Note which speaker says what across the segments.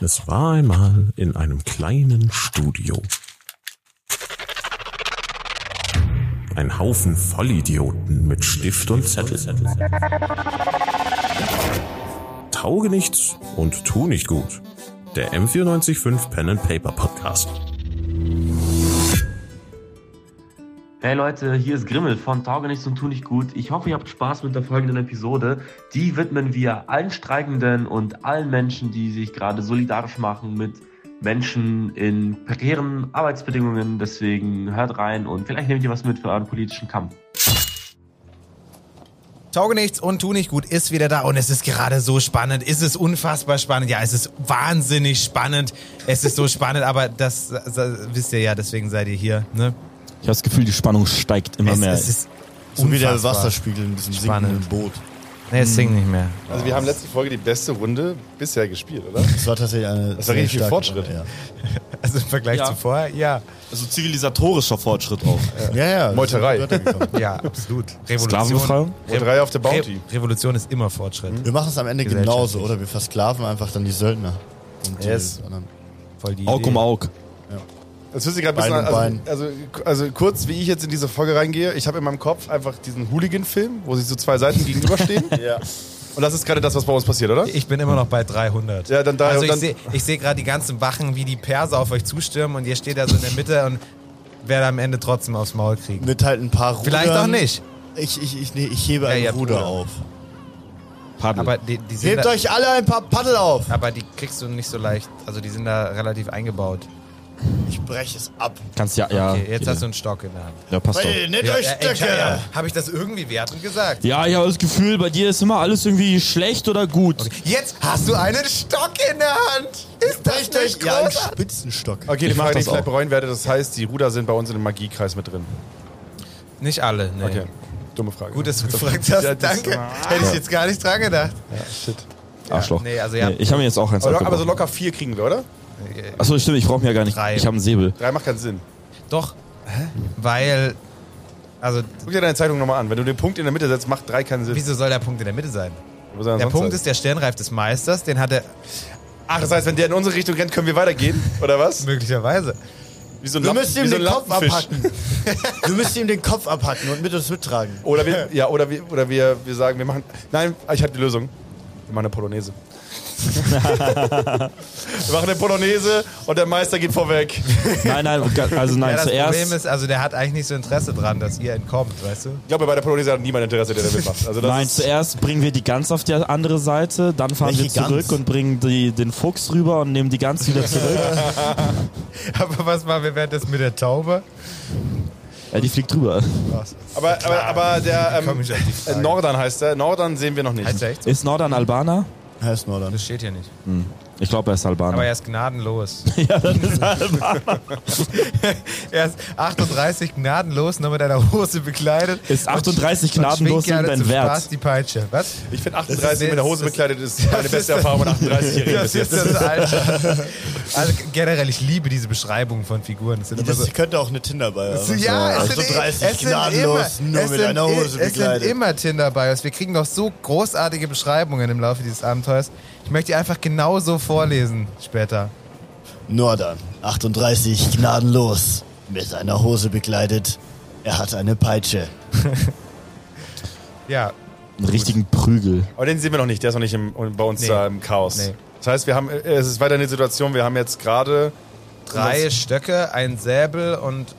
Speaker 1: Es war einmal in einem kleinen Studio. Ein Haufen Vollidioten mit Stift und Zettel. Tauge nichts und tu nicht gut. Der M945 Pen and Paper Podcast.
Speaker 2: Hey Leute, hier ist Grimmel von Tauge nichts und tu nicht gut. Ich hoffe, ihr habt Spaß mit der folgenden Episode. Die widmen wir allen Streikenden und allen Menschen, die sich gerade solidarisch machen mit Menschen in prekären Arbeitsbedingungen. Deswegen hört rein und vielleicht nehmt ihr was mit für euren politischen Kampf.
Speaker 3: Tauge nichts und tu nicht gut ist wieder da und es ist gerade so spannend. Ist es unfassbar spannend? Ja, es ist wahnsinnig spannend. Es ist so spannend, aber das, das, wisst ihr ja, deswegen seid ihr hier. Ne?
Speaker 4: Ich habe das Gefühl, die Spannung steigt immer
Speaker 3: Es,
Speaker 4: mehr.
Speaker 3: es ist
Speaker 5: So wie der
Speaker 3: unfassbar.
Speaker 5: Wasserspiegel in diesem
Speaker 3: Spannend.
Speaker 5: sinkenden Boot.
Speaker 3: Nee, es singt nicht mehr.
Speaker 6: Also wir haben letzte Folge die beste Runde bisher gespielt, oder?
Speaker 5: Das war tatsächlich eine.
Speaker 6: Das war
Speaker 5: sehr
Speaker 6: richtig viel
Speaker 5: starke-
Speaker 6: Fortschritt.
Speaker 3: Also im Vergleich
Speaker 4: Ja.
Speaker 3: zu vorher, ja.
Speaker 4: also zivilisatorischer Fortschritt auch.
Speaker 5: Ja, ja. ja
Speaker 6: Meuterei.
Speaker 5: das sind Wörter gekommen.
Speaker 3: Ja, absolut. Revolution,
Speaker 4: Sklavenbefreiung?
Speaker 6: Und drei auf der Bounty.
Speaker 3: Re Revolution ist immer Fortschritt.
Speaker 5: Wir machen es am Ende genauso, oder? Wir versklaven einfach dann die Söldner. Und
Speaker 6: Yes.
Speaker 5: die anderen.
Speaker 3: Voll die
Speaker 4: Aug
Speaker 3: Idee.
Speaker 4: um Aug.
Speaker 6: Das hört sich gerade
Speaker 5: Bein
Speaker 6: ein bisschen
Speaker 5: um
Speaker 6: an. Also, also, also kurz, wie ich jetzt in diese Folge reingehe, ich habe in meinem Kopf einfach diesen Hooligan-Film, wo sich so zwei Seiten gegenüberstehen.
Speaker 5: Ja.
Speaker 6: Und das ist gerade das, was bei uns passiert, oder?
Speaker 3: Ich bin immer noch bei 300.
Speaker 6: Ja, dann da-
Speaker 3: also ich
Speaker 6: dann-
Speaker 3: sehe ich seh gerade die ganzen Wachen, wie die Perser auf euch zustürmen und ihr steht da so in der Mitte und werdet am Ende trotzdem aufs Maul kriegen.
Speaker 5: Mit halt ein paar Rudern.
Speaker 3: Vielleicht auch nicht.
Speaker 5: Ich, ich, ich, nee, ich hebe
Speaker 3: Ja,
Speaker 5: ein
Speaker 3: ja,
Speaker 5: Ruder
Speaker 3: Bruder.
Speaker 5: auf.
Speaker 4: Paddel.
Speaker 3: Aber die, die sind
Speaker 5: Hebt
Speaker 3: da,
Speaker 5: euch alle ein paar Paddel auf.
Speaker 3: aber die kriegst du nicht so leicht. Also die sind da relativ eingebaut.
Speaker 5: Ich breche es ab.
Speaker 4: Kannst ja, ja.
Speaker 3: Okay, jetzt
Speaker 4: geht
Speaker 3: hast du einen Stock in der Hand.
Speaker 4: ja. Ja, passt doch.
Speaker 5: Hey, nicht durch Stöcke.
Speaker 3: Habe ich das irgendwie wertend gesagt?
Speaker 4: Ja, ich habe das Gefühl, bei dir ist immer alles irgendwie schlecht oder gut.
Speaker 3: Jetzt hast du einen Stock in der Hand. Ist das
Speaker 5: Brecht euch
Speaker 3: nicht
Speaker 5: ja einen
Speaker 3: großartig?
Speaker 5: Spitzenstock.
Speaker 6: Okay, die
Speaker 4: Ich mach
Speaker 6: Mache, die
Speaker 4: das
Speaker 6: ich gleich
Speaker 4: auch.
Speaker 6: bereuen werde, das heißt, die Ruder sind bei uns in dem Magiekreis mit drin.
Speaker 3: Nicht alle, ne.
Speaker 6: Okay. Dumme Frage.
Speaker 3: Gut, dass du gefragt hast.
Speaker 6: Ja, das-
Speaker 3: Danke. Hätte ich jetzt gar nicht dran gedacht.
Speaker 6: Shit.
Speaker 4: Arschloch.
Speaker 3: nee, also ja.
Speaker 4: ich habe mir jetzt auch eins
Speaker 6: Aber, lo-
Speaker 4: abgebrochen.
Speaker 6: aber so locker vier kriegen wir, oder?
Speaker 4: Achso, stimmt, ich brauche mir ja gar nicht.
Speaker 3: Drei.
Speaker 4: Ich habe einen Säbel.
Speaker 6: Drei macht keinen Sinn.
Speaker 3: Doch. Weil. Also,
Speaker 6: Guck dir deine Zeitung nochmal an. Wenn du den Punkt in der Mitte setzt, macht drei keinen Sinn.
Speaker 3: wieso soll der Punkt in der Mitte sein?
Speaker 6: Wo soll er
Speaker 3: Der
Speaker 6: sonst
Speaker 3: Punkt
Speaker 6: sein?
Speaker 3: ist der Sternreif des Meisters, den hat er
Speaker 6: Ach, das heißt, wenn der in unsere Richtung rennt, können wir weitergehen, oder was?
Speaker 3: möglicherweise.
Speaker 6: Wie so ein
Speaker 5: Wir
Speaker 6: Lappen-
Speaker 5: müssen
Speaker 6: wie
Speaker 5: ihm
Speaker 6: so
Speaker 5: den
Speaker 6: ein
Speaker 5: Kopf
Speaker 6: Lappenfisch.
Speaker 5: abhacken. Wir müssen ihm den Kopf abhacken und mit uns mittragen.
Speaker 6: Oder wir, ja, oder wir, oder wir, wir sagen, wir machen. Nein, ich habe die Lösung. Wir machen eine Polonaise. wir machen eine Polonaise und der Meister geht vorweg. Ich
Speaker 4: Nein, nein, ga- also nein,
Speaker 3: Ja, das
Speaker 4: zuerst.
Speaker 3: Problem ist, also der hat eigentlich nicht so Interesse dran, dass ihr entkommt, weißt du?
Speaker 6: glaube, bei der Polonaise hat niemand Interesse, der da mitmacht. Also das
Speaker 4: Nein,
Speaker 6: ist,
Speaker 4: zuerst bringen wir die Gans auf die andere Seite, dann fahren
Speaker 5: Welche
Speaker 4: wir zurück
Speaker 5: Gans?
Speaker 4: und bringen die, den Fuchs rüber und nehmen die Gans wieder zurück.
Speaker 3: Aber was machen wir während das mit der Taube?
Speaker 4: ja, die fliegt drüber.
Speaker 6: aber, aber, aber der
Speaker 3: Komm
Speaker 6: ähm,
Speaker 3: ich auf die Frage.
Speaker 6: äh, Nordan heißt der. Nordan sehen wir noch nicht.
Speaker 3: Heißt er echt so?
Speaker 4: Ist Nordern Albaner?
Speaker 5: Heißt Nordern.
Speaker 3: Das steht hier nicht.
Speaker 4: Ich glaube, er ist Albaner.
Speaker 3: Aber er ist gnadenlos.
Speaker 4: ja, dann ist halt er Albaner.
Speaker 3: er ist 38 gnadenlos, nur mit einer Hose bekleidet.
Speaker 4: Ist 38
Speaker 3: und
Speaker 4: gnadenlos
Speaker 3: schwingt gerne
Speaker 4: und
Speaker 3: zum
Speaker 4: dein Wert.
Speaker 3: Spaß die Peitsche. Was?
Speaker 6: Ich finde
Speaker 3: Das ist
Speaker 6: 38 mit
Speaker 3: jetzt-
Speaker 6: der Hose
Speaker 3: das-
Speaker 6: bekleidet ist meine
Speaker 3: ist-
Speaker 6: beste Erfahrung mit 38-Jährigen
Speaker 3: Das
Speaker 6: bis
Speaker 3: ist
Speaker 6: jetzt.
Speaker 3: das Alter. Also generell, ich liebe diese Beschreibungen von Figuren. Das sind immer
Speaker 5: Das
Speaker 3: so,
Speaker 5: Also, könnte auch eine Tinder-Bios sein.
Speaker 3: ja, es
Speaker 7: e-
Speaker 3: sind, e-
Speaker 5: 38
Speaker 3: es sind
Speaker 5: Also gnadenlos,
Speaker 3: immer,
Speaker 5: nur
Speaker 3: es
Speaker 5: mit
Speaker 3: sind, e-
Speaker 5: einer Hose
Speaker 3: Es sind
Speaker 5: begleitet.
Speaker 3: immer Tinder-Bios. Wir kriegen doch so großartige Beschreibungen im Laufe dieses Abenteuers. Ich möchte die einfach genauso vorlesen später.
Speaker 5: Nordern, 38, gnadenlos, mit einer Hose bekleidet. Er hat eine Peitsche.
Speaker 3: Ja,
Speaker 4: Einen richtigen Prügel.
Speaker 6: Aber den sehen wir noch nicht. Der ist noch nicht im, bei uns
Speaker 3: Nee.
Speaker 6: da im Chaos.
Speaker 3: Nee.
Speaker 6: Das heißt, wir haben, äh, es ist weiter eine Situation, wir haben jetzt gerade
Speaker 3: drei Stöcke, ein Säbel und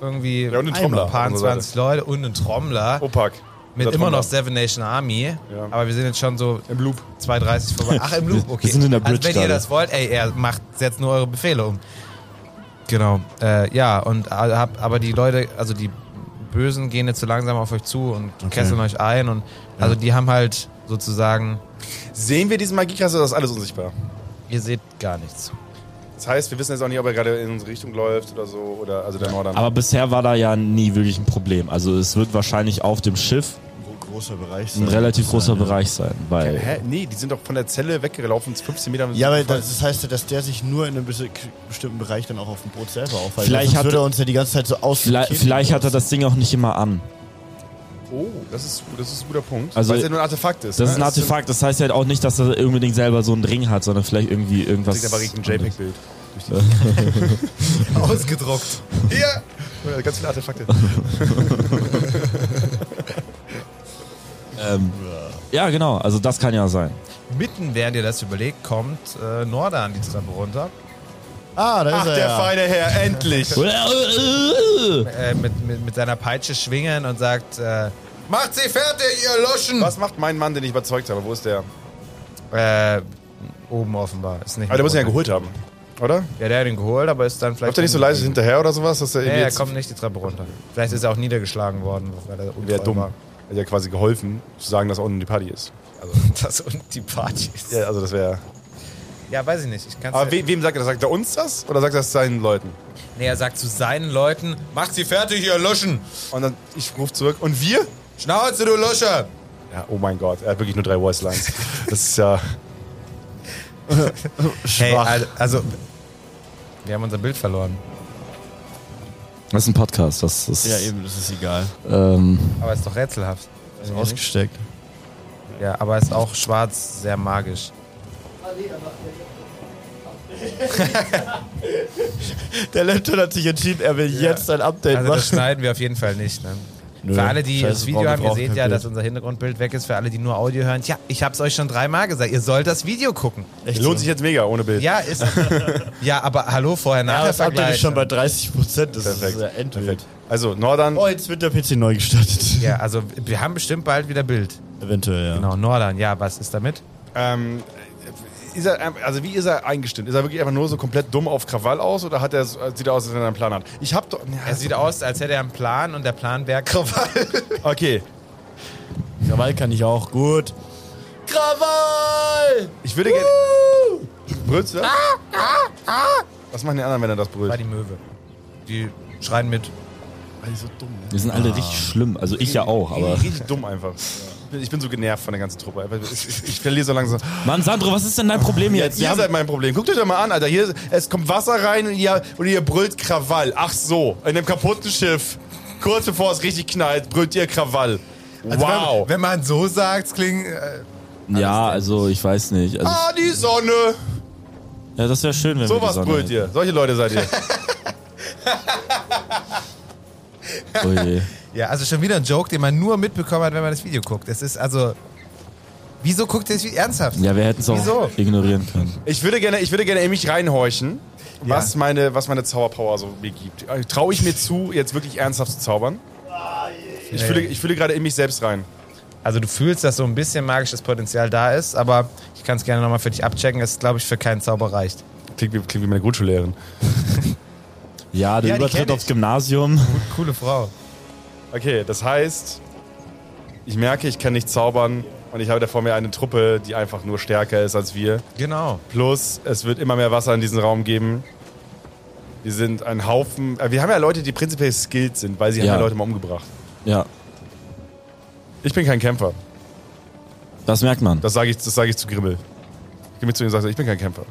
Speaker 3: irgendwie
Speaker 6: Ja, und ein Trommler
Speaker 3: ein paar
Speaker 6: auf unserer Oh,
Speaker 3: 20 Leute und einen Trommler
Speaker 6: Opak.
Speaker 3: mit
Speaker 6: Unser
Speaker 3: immer noch
Speaker 6: Trommler.
Speaker 3: Seven Nation Army.
Speaker 6: Ja.
Speaker 3: Aber wir sind jetzt schon so
Speaker 6: im Loop.
Speaker 3: 2,30 vorbei. Ach, im Loop, okay.
Speaker 4: sind in der
Speaker 3: also,
Speaker 4: Bridge
Speaker 3: wenn ihr
Speaker 4: gerade.
Speaker 3: das wollt, ey, er macht, setzt nur eure Befehle um. Genau. Äh, ja, und äh, hab, aber die Leute, also die Bösen gehen jetzt so langsam auf euch zu und kesseln euch ein und also die haben halt sozusagen,
Speaker 6: Sehen wir diesen Magiekreis oder ist alles unsichtbar?
Speaker 3: ihr seht gar nichts.
Speaker 6: Das heißt, wir wissen jetzt auch nicht, ob er gerade in unsere Richtung läuft oder so, oder also der Nordern.
Speaker 4: Aber bisher war da ja nie wirklich ein Problem. Also es wird wahrscheinlich auf dem Schiff
Speaker 5: Großer Bereich.
Speaker 4: ein relativ großer Bereich sein. Weil
Speaker 6: Hä? Nee, die sind doch von der Zelle weggelaufen, 15 Meter.
Speaker 5: Ja, aber das das heißt ja, dass der sich nur in einem bes- bestimmten Bereich dann auch auf dem Boot selber aufhält.
Speaker 4: Vielleicht
Speaker 5: Sonst
Speaker 4: hat-
Speaker 5: würde er uns ja die ganze Zeit so aus.
Speaker 4: vielleicht, vielleicht hat er das Ding auch nicht immer an.
Speaker 6: Oh, das ist, das ist ein guter Punkt.
Speaker 4: Also-
Speaker 6: Weil es ja nur ein Artefakt ist.
Speaker 4: Das
Speaker 6: ne?
Speaker 4: ist ein
Speaker 6: Es
Speaker 4: Artefakt, das heißt halt auch nicht, dass er unbedingt selber so einen Ring hat, sondern vielleicht irgendwie
Speaker 6: Das
Speaker 4: irgendwas.
Speaker 6: ist aber richtig ein JPEG-Bild.
Speaker 3: Ausgedruckt.
Speaker 6: Oh Ja! Oder Ganz viele Artefakte.
Speaker 4: Ähm, ja, genau, also das kann ja sein.
Speaker 3: Mitten während ihr das überlegt, kommt äh, Nordan die Treppe runter.
Speaker 5: Ah, da
Speaker 6: Ach,
Speaker 5: ist er.
Speaker 6: der
Speaker 5: ja.
Speaker 6: feine Herr, endlich!
Speaker 3: Äh, mit, mit, mit seiner Peitsche schwingen und sagt: äh, Macht sie fertig, ihr Luschen!
Speaker 6: Was macht mein Mann, den ich überzeugt habe? Wo ist der?
Speaker 3: Äh, oben offenbar. Ist nicht
Speaker 6: Aber Ah, der muss ihn ja
Speaker 3: geholt.
Speaker 6: geholt haben, oder?
Speaker 3: Ja, der hat ihn geholt, aber ist dann vielleicht.
Speaker 6: Läuft er nicht so leise hinterher oder sowas? Dass er
Speaker 3: Ja,
Speaker 6: irgendwie
Speaker 3: er
Speaker 6: jetzt-
Speaker 3: kommt nicht die Treppe runter. Vielleicht ist er auch niedergeschlagen worden, weil er untreu
Speaker 6: Wäre dumm.
Speaker 3: war.
Speaker 6: Hätte ja quasi geholfen, zu sagen, dass unten die Party ist.
Speaker 3: Also, Das und die Party ist.
Speaker 6: Ja, also das wäre.
Speaker 3: Ja, weiß ich nicht. Ich kann's
Speaker 6: Aber
Speaker 3: ja-
Speaker 6: we wem sagt er das? Sagt er uns das? Oder sagt er das seinen Leuten?
Speaker 3: Nee, er sagt zu seinen Leuten: Macht sie fertig, ihr Luschen!
Speaker 6: Und dann, ich rufe zurück. Und wir?
Speaker 3: Schnauze, du Lusche!
Speaker 6: Ja, oh mein Gott, er hat wirklich nur drei Voice Lines. Das ist ja.
Speaker 3: Hey,
Speaker 5: Schwach.
Speaker 3: al- also. Wir haben unser Bild verloren.
Speaker 4: Das ist ein Podcast, das ist.
Speaker 7: Ja, eben, das ist egal.
Speaker 4: Ähm,
Speaker 3: Aber ist doch rätselhaft.
Speaker 7: Ist ausgesteckt.
Speaker 3: Ja, aber ist auch schwarz sehr magisch.
Speaker 7: Der Laptop hat sich entschieden, er will jetzt ein Update
Speaker 3: Also, das
Speaker 7: machen.
Speaker 3: schneiden wir auf jeden Fall nicht. Ne?
Speaker 7: Nö,
Speaker 3: Für alle, die
Speaker 7: scheiße,
Speaker 3: das
Speaker 7: brauchen-
Speaker 3: Video haben, ihr
Speaker 7: brauchen
Speaker 3: seht
Speaker 7: kein
Speaker 3: ja,
Speaker 7: Bild.
Speaker 3: dass unser Hintergrundbild weg ist. Für alle, die nur Audio hören, tja, ich hab's euch schon dreimal gesagt. Ihr sollt das Video gucken.
Speaker 7: Echt
Speaker 6: Lohnt
Speaker 7: so.
Speaker 6: sich jetzt mega ohne Bild.
Speaker 3: Ja, ist. ja, aber hallo, vorher,
Speaker 7: Ja,
Speaker 3: nachher
Speaker 7: das Update
Speaker 3: Vergleich.
Speaker 7: ist schon bei 30 Prozent. Das
Speaker 6: Perfekt.
Speaker 7: ist ja endlich.
Speaker 6: Perfekt. Also, Nordan.
Speaker 7: Oh, jetzt wird der PC neu gestartet.
Speaker 3: Ja, also wir haben bestimmt bald wieder Bild.
Speaker 7: Eventuell, ja.
Speaker 3: Genau, Nordan, ja, was ist damit?
Speaker 6: Ähm, ist er, also wie ist er eingestimmt? Ist er wirklich einfach nur so komplett dumm auf Krawall aus oder hat er, so- sieht er aus, als wenn er einen Plan hat? Ich hab doch.
Speaker 3: Er sieht aus, als hätte er einen Plan und der Plan wäre Krawall.
Speaker 6: Okay,
Speaker 7: Krawall kann ich auch. Gut. Krawall!
Speaker 6: ich würde gerne. Brüllst du? das? Was machen ah, die anderen, wenn er das
Speaker 3: War
Speaker 6: brüllt?
Speaker 3: die Möwe. Die schreien mit.
Speaker 6: Weil die so dumm ne?
Speaker 4: wir sind alle richtig schlimm, also ich ja auch, aber.
Speaker 6: Richtig dumm einfach. Ich bin- Ich bin so genervt von der ganzen Truppe. einfach. Ich, ich, ich verliere so langsam.
Speaker 4: Mann, Sandro, was ist denn dein Problem jetzt? Wir
Speaker 6: Ihr
Speaker 4: haben-
Speaker 6: seid mein Problem. Guckt euch doch mal an, Alter. Hier, es kommt Wasser rein und ihr, und ihr brüllt Krawall. Ach so, in einem kaputten Schiff. Kurz bevor es richtig knallt, brüllt ihr Krawall. wow.
Speaker 3: Wenn man so sagt, klingt. Äh,
Speaker 4: ja, also ich weiß nicht. Also,
Speaker 6: ah, die Sonne.
Speaker 4: ja, das wäre schön, wenn
Speaker 6: Sowas
Speaker 4: wir die Sonne
Speaker 6: brüllt ihr. Solche Leute seid ihr.
Speaker 4: hätten. Oh je.
Speaker 3: ja, also schon wieder ein Joke, den man nur mitbekommen hat, wenn man das Video guckt. Es ist also. Wieso guckt ihr das Video ernsthaft?
Speaker 4: Ja, wir hätten es auch
Speaker 3: Wieso?
Speaker 4: ignorieren können.
Speaker 6: Ich würde gerne, ich würde gerne in mich reinhorchen, was meine, was meine Zauberpower so mir gibt. Äh, Traue ich mir zu, jetzt wirklich ernsthaft zu zaubern? Ich fühle, ich fühle gerade in mich selbst rein.
Speaker 3: Also du fühlst, dass so ein bisschen magisches Potenzial da ist, aber ich kann es gerne nochmal für dich abchecken. Es glaube ich für keinen Zauber reicht.
Speaker 6: Klingt wie, klingt wie meine Grundschullehrerin.
Speaker 3: Ja,
Speaker 4: Ja, der
Speaker 3: die kenn
Speaker 4: Übertritt
Speaker 3: ich.
Speaker 4: aufs Gymnasium.
Speaker 3: Coole Frau.
Speaker 6: Okay, das heißt, ich merke, ich kann nicht zaubern und ich habe da vor mir eine Truppe, die einfach nur stärker ist als wir.
Speaker 3: Genau.
Speaker 6: Plus, es wird immer mehr Wasser in diesen Raum geben. Wir sind ein Haufen. äh, Wir haben ja Leute, die prinzipiell skilled sind, weil sie
Speaker 4: Ja.
Speaker 6: haben ja Leute mal umgebracht.
Speaker 4: Ja,
Speaker 6: Ich bin kein Kämpfer.
Speaker 4: das merkt man.
Speaker 6: Das sage ich, das sage ich zu Grimmel. Ich gehe mit zu ihm und sage, ich bin kein Kämpfer.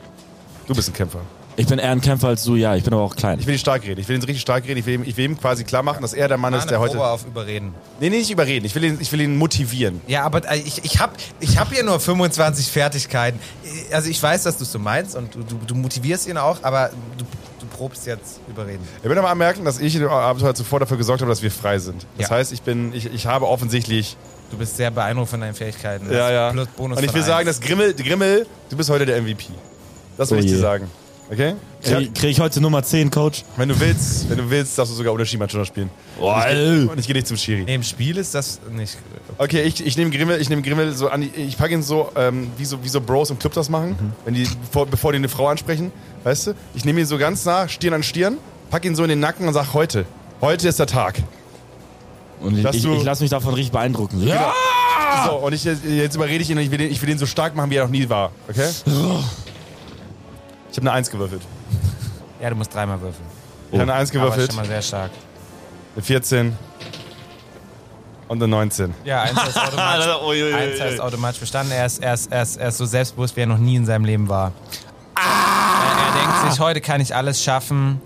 Speaker 6: Du bist ein Kämpfer.
Speaker 4: Ich bin eher ein Kämpfer als du, ja, ich bin aber auch klein.
Speaker 6: Ich will ihn stark reden. Ich will ihn richtig stark reden. Ich will ihm, ich will ihm quasi klar machen, dass er der Mann ist, der heute.
Speaker 3: auf überreden.
Speaker 6: Nee, nee, nicht überreden. Ich will ihn, ich will ihn motivieren.
Speaker 3: Ja, aber äh, ich, ich habe ich hab hier nur 25 Fertigkeiten. Äh, Also ich weiß, dass du es so meinst und du, du, du motivierst ihn auch, aber du, du probst jetzt überreden.
Speaker 6: Ich will aber anmerken, dass ich in dem Abenteuer zuvor dafür gesorgt habe, dass wir frei sind. Das
Speaker 3: Ja.
Speaker 6: heißt, ich bin, ich, ich habe offensichtlich.
Speaker 3: Du bist sehr beeindruckt von deinen Fähigkeiten.
Speaker 6: Ja, ja.
Speaker 3: Plus Bonus
Speaker 6: Und ich
Speaker 3: von
Speaker 6: will
Speaker 3: eins.
Speaker 6: sagen, dass Grimmel, Grimmel, du bist heute der MVP. Das will
Speaker 4: Oh
Speaker 6: ich dir
Speaker 4: je.
Speaker 6: sagen. Okay? Ich hab,
Speaker 4: Krieg, krieg ich heute Nummer 10, Coach?
Speaker 6: wenn du willst, wenn du willst, darfst du sogar ohne Schiemann schon noch spielen.
Speaker 4: Wow.
Speaker 6: Und ich gehe nicht zum Schiri.
Speaker 3: Nee, im Spiel ist das nicht. äh,
Speaker 6: Okay, ich, ich nehme Grimmel, ich nehme Grimmel so an, die- ich packe ihn so, ähm, wie so, wie so Bros im Club das machen, wenn die, bevor, bevor die eine Frau ansprechen, weißt du? Ich nehme ihn so ganz nah, Stirn an Stirn, pack ihn so in den Nacken und sag heute, heute ist der Tag.
Speaker 4: Und ich,
Speaker 6: Dass
Speaker 4: ich,
Speaker 6: du-
Speaker 4: ich lasse mich davon richtig beeindrucken. Ja!
Speaker 6: Genau. So, und ich, jetzt überrede ich ihn und ich will, den, ich will den so stark machen, wie er noch nie war, okay? Ich habe eine Eins gewürfelt.
Speaker 3: Ja, du musst dreimal würfeln.
Speaker 6: Ich habe eine Eins
Speaker 3: Aber ist
Speaker 6: gewürfelt,
Speaker 3: schon mal sehr stark.
Speaker 6: eine 14 und eine 19.
Speaker 3: Ja, eins heißt automatisch, eins heißt automatisch bestanden. Er ist, er, ist, er, ist, er ist so selbstbewusst, wie er noch nie in seinem Leben war. Er, er denkt sich, heute kann ich alles schaffen.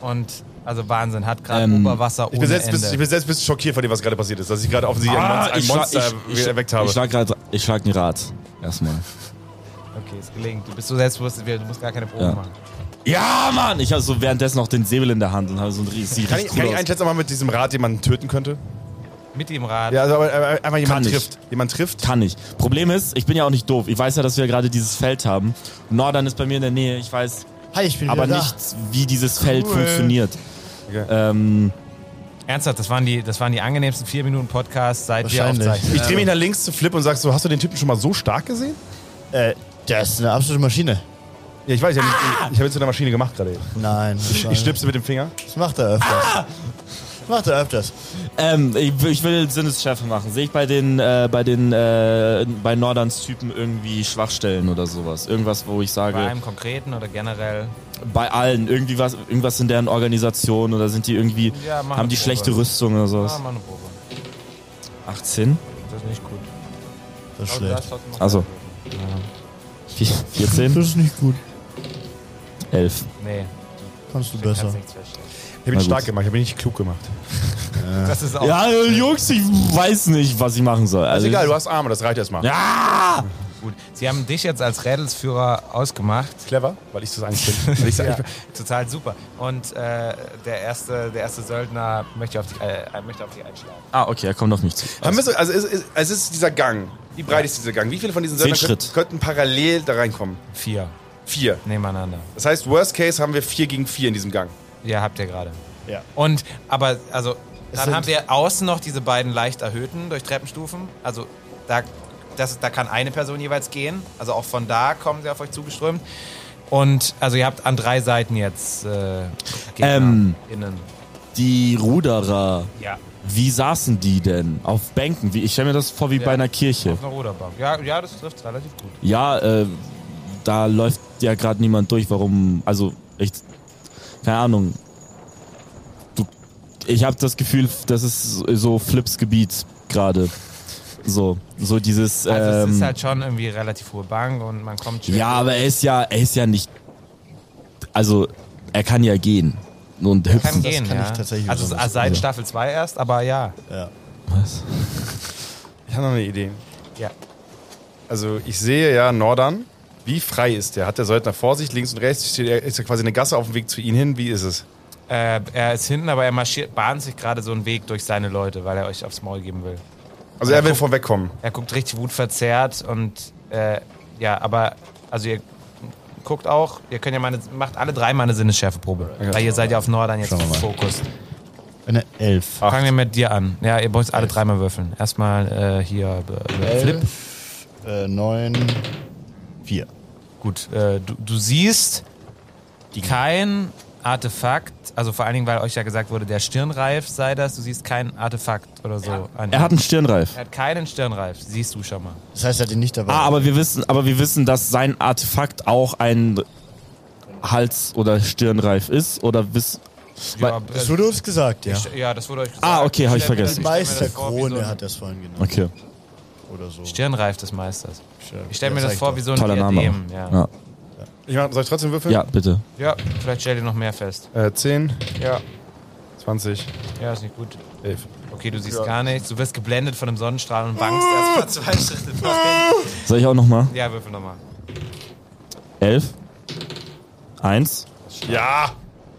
Speaker 3: Und Also Wahnsinn, hat gerade
Speaker 4: Ähm,
Speaker 3: Oberwasser
Speaker 6: Ich
Speaker 3: ohne
Speaker 6: bin, selbst,
Speaker 3: Ende.
Speaker 6: bis, ich bin selbst ein bisschen schockiert von dem, was gerade passiert ist, dass ich gerade offensichtlich ein Monster, ein Monster
Speaker 4: ich,
Speaker 6: erweckt habe.
Speaker 4: Ich schlag, grad, ich schlag den Rad. Erstmal.
Speaker 3: okay, ist gelingt. Du bist so selbstbewusst, du musst gar keine Probe
Speaker 4: Ja.
Speaker 3: machen.
Speaker 4: Ja, Mann! Ich habe so währenddessen noch den Säbel in der Hand und habe so ein riesiges
Speaker 6: kann ich, kann ich einschätzen, ob man mit diesem Rad jemanden töten könnte?
Speaker 3: Mit dem Rad.
Speaker 6: Ja, also aber, aber, aber
Speaker 4: Kann
Speaker 6: jemand
Speaker 4: ich.
Speaker 6: trifft. Jemand trifft.
Speaker 4: Kann ich. Problem ist, ich bin ja auch nicht doof. Ich weiß ja, dass wir gerade dieses Feld haben. Nordern ist bei mir in der Nähe. Ich weiß
Speaker 5: Hi, ich bin
Speaker 4: aber
Speaker 5: wieder
Speaker 4: nicht, wie dieses Feld funktioniert.
Speaker 6: Okay.
Speaker 4: Ähm,
Speaker 3: Ernsthaft, das waren die, das waren die angenehmsten vier Minuten Podcasts, seit wir
Speaker 5: Wahrscheinlich.
Speaker 3: aufzeichnen.
Speaker 6: Ich drehe mich nach links zu Flip und sag so, hast du den Typen schon mal so stark gesehen?
Speaker 5: da. Äh, das ist eine absolute Maschine.
Speaker 6: Ja, ich weiß, ich habe ah! hab ihn zu einer Maschine gemacht gerade. eben.
Speaker 5: Nein,
Speaker 6: Ich schnipse mit dem Finger.
Speaker 5: das macht er öfters.
Speaker 3: Ah!
Speaker 5: Das macht er öfters.
Speaker 4: ähm, ich, will- ich will Sinnesschärfe machen. Sehe ich bei den, äh, bei den, äh, bei Norderns Typen irgendwie Schwachstellen oder sowas? Irgendwas, wo ich sage,
Speaker 3: Bei einem konkreten oder generell.
Speaker 4: bei allen, irgendwie was, irgendwas in deren Organisation oder sind die irgendwie,
Speaker 3: Ja, mach
Speaker 4: haben
Speaker 3: eine Probe.
Speaker 4: die schlechte Rüstung oder
Speaker 3: Ah,
Speaker 4: sowas?
Speaker 3: mal eine Probe.
Speaker 4: 18?
Speaker 3: Das ist nicht gut.
Speaker 5: Das ist
Speaker 3: Aber du
Speaker 5: schlecht.
Speaker 3: darfst trotzdem noch-
Speaker 4: Also. Vier- 14?
Speaker 5: ist nicht gut.
Speaker 4: 11.
Speaker 3: Nee,
Speaker 5: Kannst du
Speaker 3: du kannst
Speaker 5: besser.
Speaker 3: nichts feststellen.
Speaker 6: Ich habe
Speaker 4: Na
Speaker 6: ihn
Speaker 4: gut.
Speaker 6: stark gemacht, ich habe ihn nicht klug gemacht.
Speaker 3: Das ist auch.
Speaker 4: Ja, äh, Jungs, ich weiß nicht, was ich machen soll.
Speaker 6: Oh. ist
Speaker 4: Also,
Speaker 6: egal, du hast Arme, das reicht erstmal. Ja.
Speaker 4: Ah!
Speaker 3: Gut. Sie haben dich jetzt als Rädelsführer ausgemacht.
Speaker 6: Clever, weil ich das eigentlich bin. Weil ich,
Speaker 3: Ja,
Speaker 6: ich,
Speaker 3: total super. Und äh, der erste, der erste Söldner möchte auf dich, äh, möchte auf dich einschlagen.
Speaker 4: Ah, okay, er kommt auf mich zu.
Speaker 6: haben wir so, also es, es, es ist dieser Gang. Wie breit ist dieser Gang? Wie viele von diesen
Speaker 4: Zehn
Speaker 6: Söldnern könnten,
Speaker 4: Schritt.
Speaker 6: könnten parallel da reinkommen?
Speaker 3: Vier
Speaker 6: Vier.
Speaker 3: nebeneinander.
Speaker 6: Das heißt, worst case haben wir vier gegen vier in diesem Gang.
Speaker 3: Ja, habt ihr gerade.
Speaker 5: Ja.
Speaker 3: Und aber also dann
Speaker 5: sind-
Speaker 3: haben wir außen noch diese beiden leicht erhöhten durch Treppenstufen. Also da, das, da kann eine Person jeweils gehen. Also auch von da kommen sie auf euch zugeströmt. Und also ihr habt an drei Seiten jetzt äh, Gegner
Speaker 4: Ähm.
Speaker 3: innen.
Speaker 4: Die Ruderer,
Speaker 3: Ja.
Speaker 4: wie saßen die denn? Auf Bänken? Wie, ich stelle mir das vor wie
Speaker 3: Ja.
Speaker 4: bei einer Kirche.
Speaker 3: Auf einer Ruderbank. Ja, ja, das trifft relativ gut.
Speaker 4: Ja, äh, da läuft ja gerade niemand durch. Warum? Also, ich. Keine Ahnung. Du, ich habe das Gefühl, das ist so Flips Gebiet gerade. So, so dieses. Ähm,
Speaker 3: Also es ist halt schon irgendwie relativ hohe Bank und man kommt schwer.
Speaker 4: ja, aber er ist ja, er ist ja nicht. Also, er kann ja gehen. Und hüpfen.
Speaker 3: kann
Speaker 5: Das
Speaker 3: gehen,
Speaker 5: kann
Speaker 3: ja.
Speaker 5: ich tatsächlich
Speaker 3: also
Speaker 5: überhaupt nicht.
Speaker 3: seit
Speaker 5: Also.
Speaker 3: Staffel 2 erst, aber ja.
Speaker 5: Ja.
Speaker 6: Ich habe noch eine Idee.
Speaker 3: Ja.
Speaker 6: Also ich sehe ja Nordern. Wie frei ist der? Hat der Söldner vor sich, links und rechts? Steht er- Ist ja quasi eine Gasse auf dem Weg zu ihnen hin? Wie ist es?
Speaker 3: Äh, er ist hinten, aber er marschiert, bahnt sich gerade so einen Weg durch seine Leute, weil er euch aufs Maul geben will.
Speaker 6: Also er will von wegkommen.
Speaker 3: Er guckt richtig wutverzerrt und äh, ja, aber also ihr guckt auch, ihr könnt ja meine, macht alle drei mal eine Sinnesschärfeprobe, weil ihr seid ja auf Nordern jetzt Fokus.
Speaker 5: Eine Elf.
Speaker 3: Fangen wir mit dir an. Ja, ihr müsst alle dreimal würfeln. Erstmal äh, hier äh, Flip.
Speaker 5: Elf, äh, neun, vier.
Speaker 3: Gut, äh, du, du siehst kein Artefakt, also vor allen Dingen, weil euch ja gesagt wurde, der Stirnreif sei das, du siehst kein Artefakt oder so. an
Speaker 4: Er
Speaker 3: ihm.
Speaker 4: hat einen Stirnreif.
Speaker 3: er hat keinen Stirnreif, siehst du schon mal.
Speaker 5: Das heißt, er hat ihn nicht dabei.
Speaker 4: Ah, aber wir wissen, aber wir wissen, dass sein Artefakt auch ein Hals- oder Stirnreif ist oder wiss,
Speaker 3: Ja,
Speaker 5: das wurde uns gesagt, ja.
Speaker 3: äh, ja, das wurde euch gesagt.
Speaker 4: Ah, okay, hab ich
Speaker 3: Stell mir das-
Speaker 4: vergessen.
Speaker 5: Die
Speaker 3: ich stell mir das vor wie so
Speaker 5: Meisterkrone
Speaker 3: ein
Speaker 5: hat das vorhin genannt.
Speaker 4: Okay.
Speaker 5: Oder so.
Speaker 3: Stirnreif des Meisters.
Speaker 4: äh,
Speaker 3: Ich stelle mir das vor wie so ein
Speaker 4: Toller Name.
Speaker 3: Diadem. Ja.
Speaker 4: Ja.
Speaker 6: Ich mach, soll ich trotzdem würfeln?
Speaker 4: ja, bitte.
Speaker 3: ja, vielleicht stell dir noch mehr fest.
Speaker 6: Äh, 10,
Speaker 3: Ja.
Speaker 6: 20,
Speaker 3: Ja, ist nicht gut.
Speaker 6: 11.
Speaker 3: Okay, du siehst gar nichts. Du wirst geblendet von dem Sonnenstrahl und bangst erstmal zwei Schritte vor.
Speaker 4: Soll ich auch nochmal?
Speaker 3: Ja, würfel nochmal.
Speaker 4: Elf. Eins.
Speaker 6: Ja!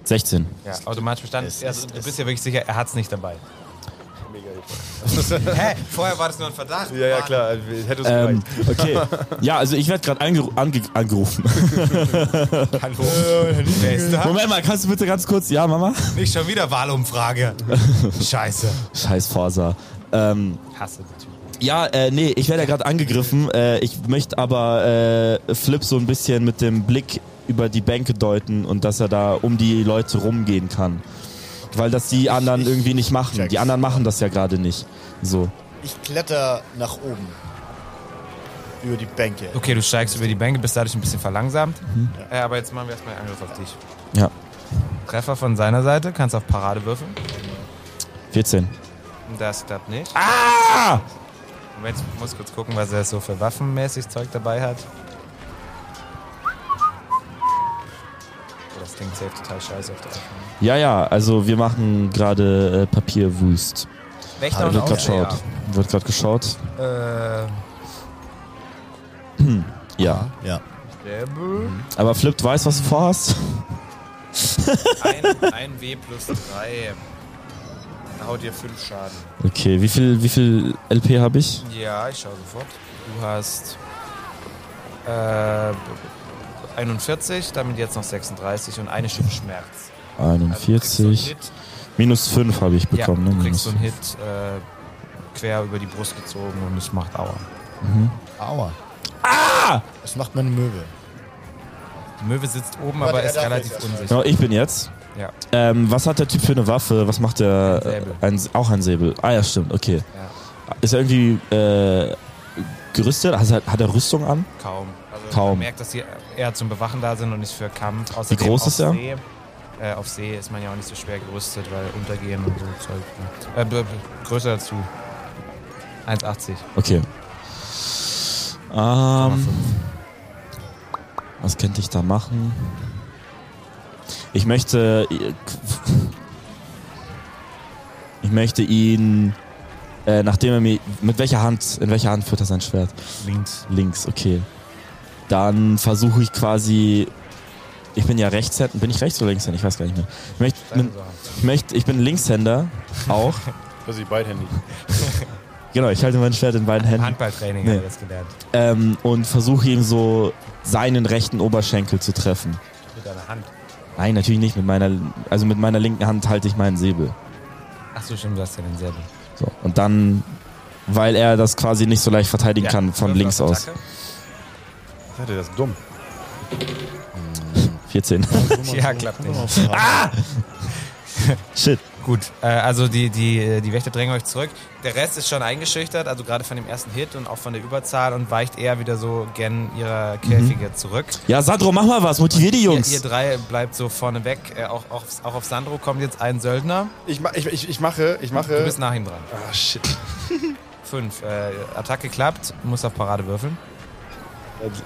Speaker 4: 16.
Speaker 3: Ja, automatisch bestanden.
Speaker 5: Es
Speaker 3: also,
Speaker 5: ist-
Speaker 3: du
Speaker 5: es-
Speaker 3: bist ja wirklich sicher, er hat's nicht dabei. Hä? Vorher war das nur ein Verdacht.
Speaker 6: Ja, ja, klar. äh, Hätte es
Speaker 4: Ähm,
Speaker 6: gereicht.
Speaker 4: okay. Ja, also ich werde gerade angeru ange angerufen. Ähm.
Speaker 3: Hallo.
Speaker 6: Äh,
Speaker 3: Wer ist da?
Speaker 4: Moment mal, kannst du bitte ganz kurz. Ja, Mama?
Speaker 3: Nicht schon wieder Wahlumfrage. Scheiße.
Speaker 4: Scheiß Forsa. Ähm,
Speaker 3: Hasse den Typen.
Speaker 4: ja, äh, nee, ich werde ja gerade angegriffen. Äh, ich möchte aber äh, Flip so ein bisschen mit dem Blick über die Bänke deuten und dass er da um die Leute rumgehen kann. Weil das die anderen
Speaker 5: ich-
Speaker 4: irgendwie nicht machen.
Speaker 5: check's.
Speaker 4: Die anderen machen das ja gerade nicht. So.
Speaker 5: Ich kletter nach oben. Über die Bänke.
Speaker 3: Okay, du steigst über die Bänke, bist dadurch ein bisschen verlangsamt. Äh, aber jetzt machen wir erstmal einen Angriff auf dich.
Speaker 4: Ja.
Speaker 3: Treffer von seiner Seite, kannst auf Parade würfeln.
Speaker 4: 14.
Speaker 3: Das klappt nicht.
Speaker 4: Ah!
Speaker 3: Moment, ich muss kurz gucken, was er so für waffenmäßig Zeug dabei hat. Oh, Das klingt safe total scheiße auf der Aufnahme.
Speaker 4: Ja, ja, also wir machen gerade äh, Papierwust.
Speaker 3: Wächter und
Speaker 4: Wird gerade
Speaker 3: Aufseher.
Speaker 4: geschaut. Wird gerade geschaut.
Speaker 3: Äh,
Speaker 4: Ja.
Speaker 3: Stäbe.
Speaker 4: Aber Flip weiß, was du vorhast.
Speaker 3: Ein, ein W plus 3. Haut dir 5 Schaden.
Speaker 4: Okay, wie viel, wie viel LP habe ich?
Speaker 3: Ja, ich schaue sofort. Du hast äh, 41, damit jetzt noch 36 und eine Stufe Schmerz. Also du kriegst so einen
Speaker 4: 41.
Speaker 3: Hit.
Speaker 4: Minus 5 habe ich
Speaker 3: Ja,
Speaker 4: bekommen.
Speaker 3: du
Speaker 4: ne?
Speaker 3: kriegst
Speaker 4: Minus
Speaker 3: so einen Hit äh, quer über die Brust gezogen und es macht Aua.
Speaker 5: Aua. Ah!
Speaker 3: Ah!
Speaker 5: Das macht meine Möwe.
Speaker 3: Die Möwe sitzt oben,
Speaker 5: Warte,
Speaker 3: aber
Speaker 5: er
Speaker 3: ist
Speaker 5: darf
Speaker 3: relativ
Speaker 5: jetzt erst
Speaker 3: unsicher.
Speaker 4: Ja, ich bin jetzt.
Speaker 3: Ja.
Speaker 4: Ähm, was hat der Typ für eine Waffe? Was macht der?
Speaker 3: Ein Säbel.
Speaker 4: Äh, ein, auch ein Säbel. Ah ja, stimmt, okay. Ist er irgendwie äh, gerüstet? Also, hat hat er Rüstung an?
Speaker 3: Kaum. Also
Speaker 4: Kaum.
Speaker 3: man merkt, dass sie eher zum Bewachen da sind und nicht für Kampf. Außerdem
Speaker 4: groß
Speaker 3: auf
Speaker 4: ist er?
Speaker 3: See, äh, auf See ist man ja auch nicht so schwer gerüstet, weil untergehen und so Zeug. ne? Äh, b- b- größer dazu. 1,80.
Speaker 4: Okay. Ähm, was könnte ich da machen? Ich möchte. Ich möchte ihn. Äh, nachdem er mir. Mit welcher Hand? In welcher Hand führt er sein Schwert?
Speaker 3: Links.
Speaker 4: Links, okay. Dann versuche ich quasi. Ich bin ja Rechtshänder. Bin ich Rechts- oder Linkshänder? Ich weiß gar nicht mehr. Ich, möchte,
Speaker 3: Deine Sache.
Speaker 4: ich, möchte, ich bin Linkshänder auch.
Speaker 6: Also ich beidhändig.
Speaker 4: genau, ich halte mein Schwert in beiden Händen.
Speaker 3: Handballtraining
Speaker 4: Nee.
Speaker 3: habe ich das gelernt.
Speaker 4: ähm, und versuche ihm so seinen rechten Oberschenkel zu treffen.
Speaker 3: Mit deiner Hand.
Speaker 4: Nein, natürlich nicht. Mit meiner, also mit meiner linken Hand halte ich meinen Säbel.
Speaker 3: Achso, stimmt, du hast ja denselben.
Speaker 4: So. Und dann, weil er das quasi nicht so leicht verteidigen
Speaker 3: Ja.
Speaker 4: kann von
Speaker 3: Würfel
Speaker 4: links
Speaker 3: auf
Speaker 4: aus.
Speaker 3: Attacke.
Speaker 6: Seid ihr das dumm?
Speaker 4: 14.
Speaker 3: Ja, klappt nicht. Ah!
Speaker 4: Shit.
Speaker 3: Gut, äh, also die, die, die Wächter drängen euch zurück. Der Rest ist schon eingeschüchtert, also gerade von dem ersten Hit und auch von der Überzahl und weicht eher wieder so gern ihrer
Speaker 4: Mhm.
Speaker 3: Käfige zurück.
Speaker 4: Ja, Sandro, mach mal was. Motivier die Jungs.
Speaker 3: Ihr, ihr drei bleibt so vorne weg. Äh, auch, auch, aufs- auch auf Sandro kommt jetzt ein Söldner.
Speaker 6: Ich, ma- ich, ich, ich mache, ich mache.
Speaker 3: Du bist nach ihm dran.
Speaker 6: ah, shit.
Speaker 3: Fünf. Äh, Attacke klappt, muss auf Parade würfeln.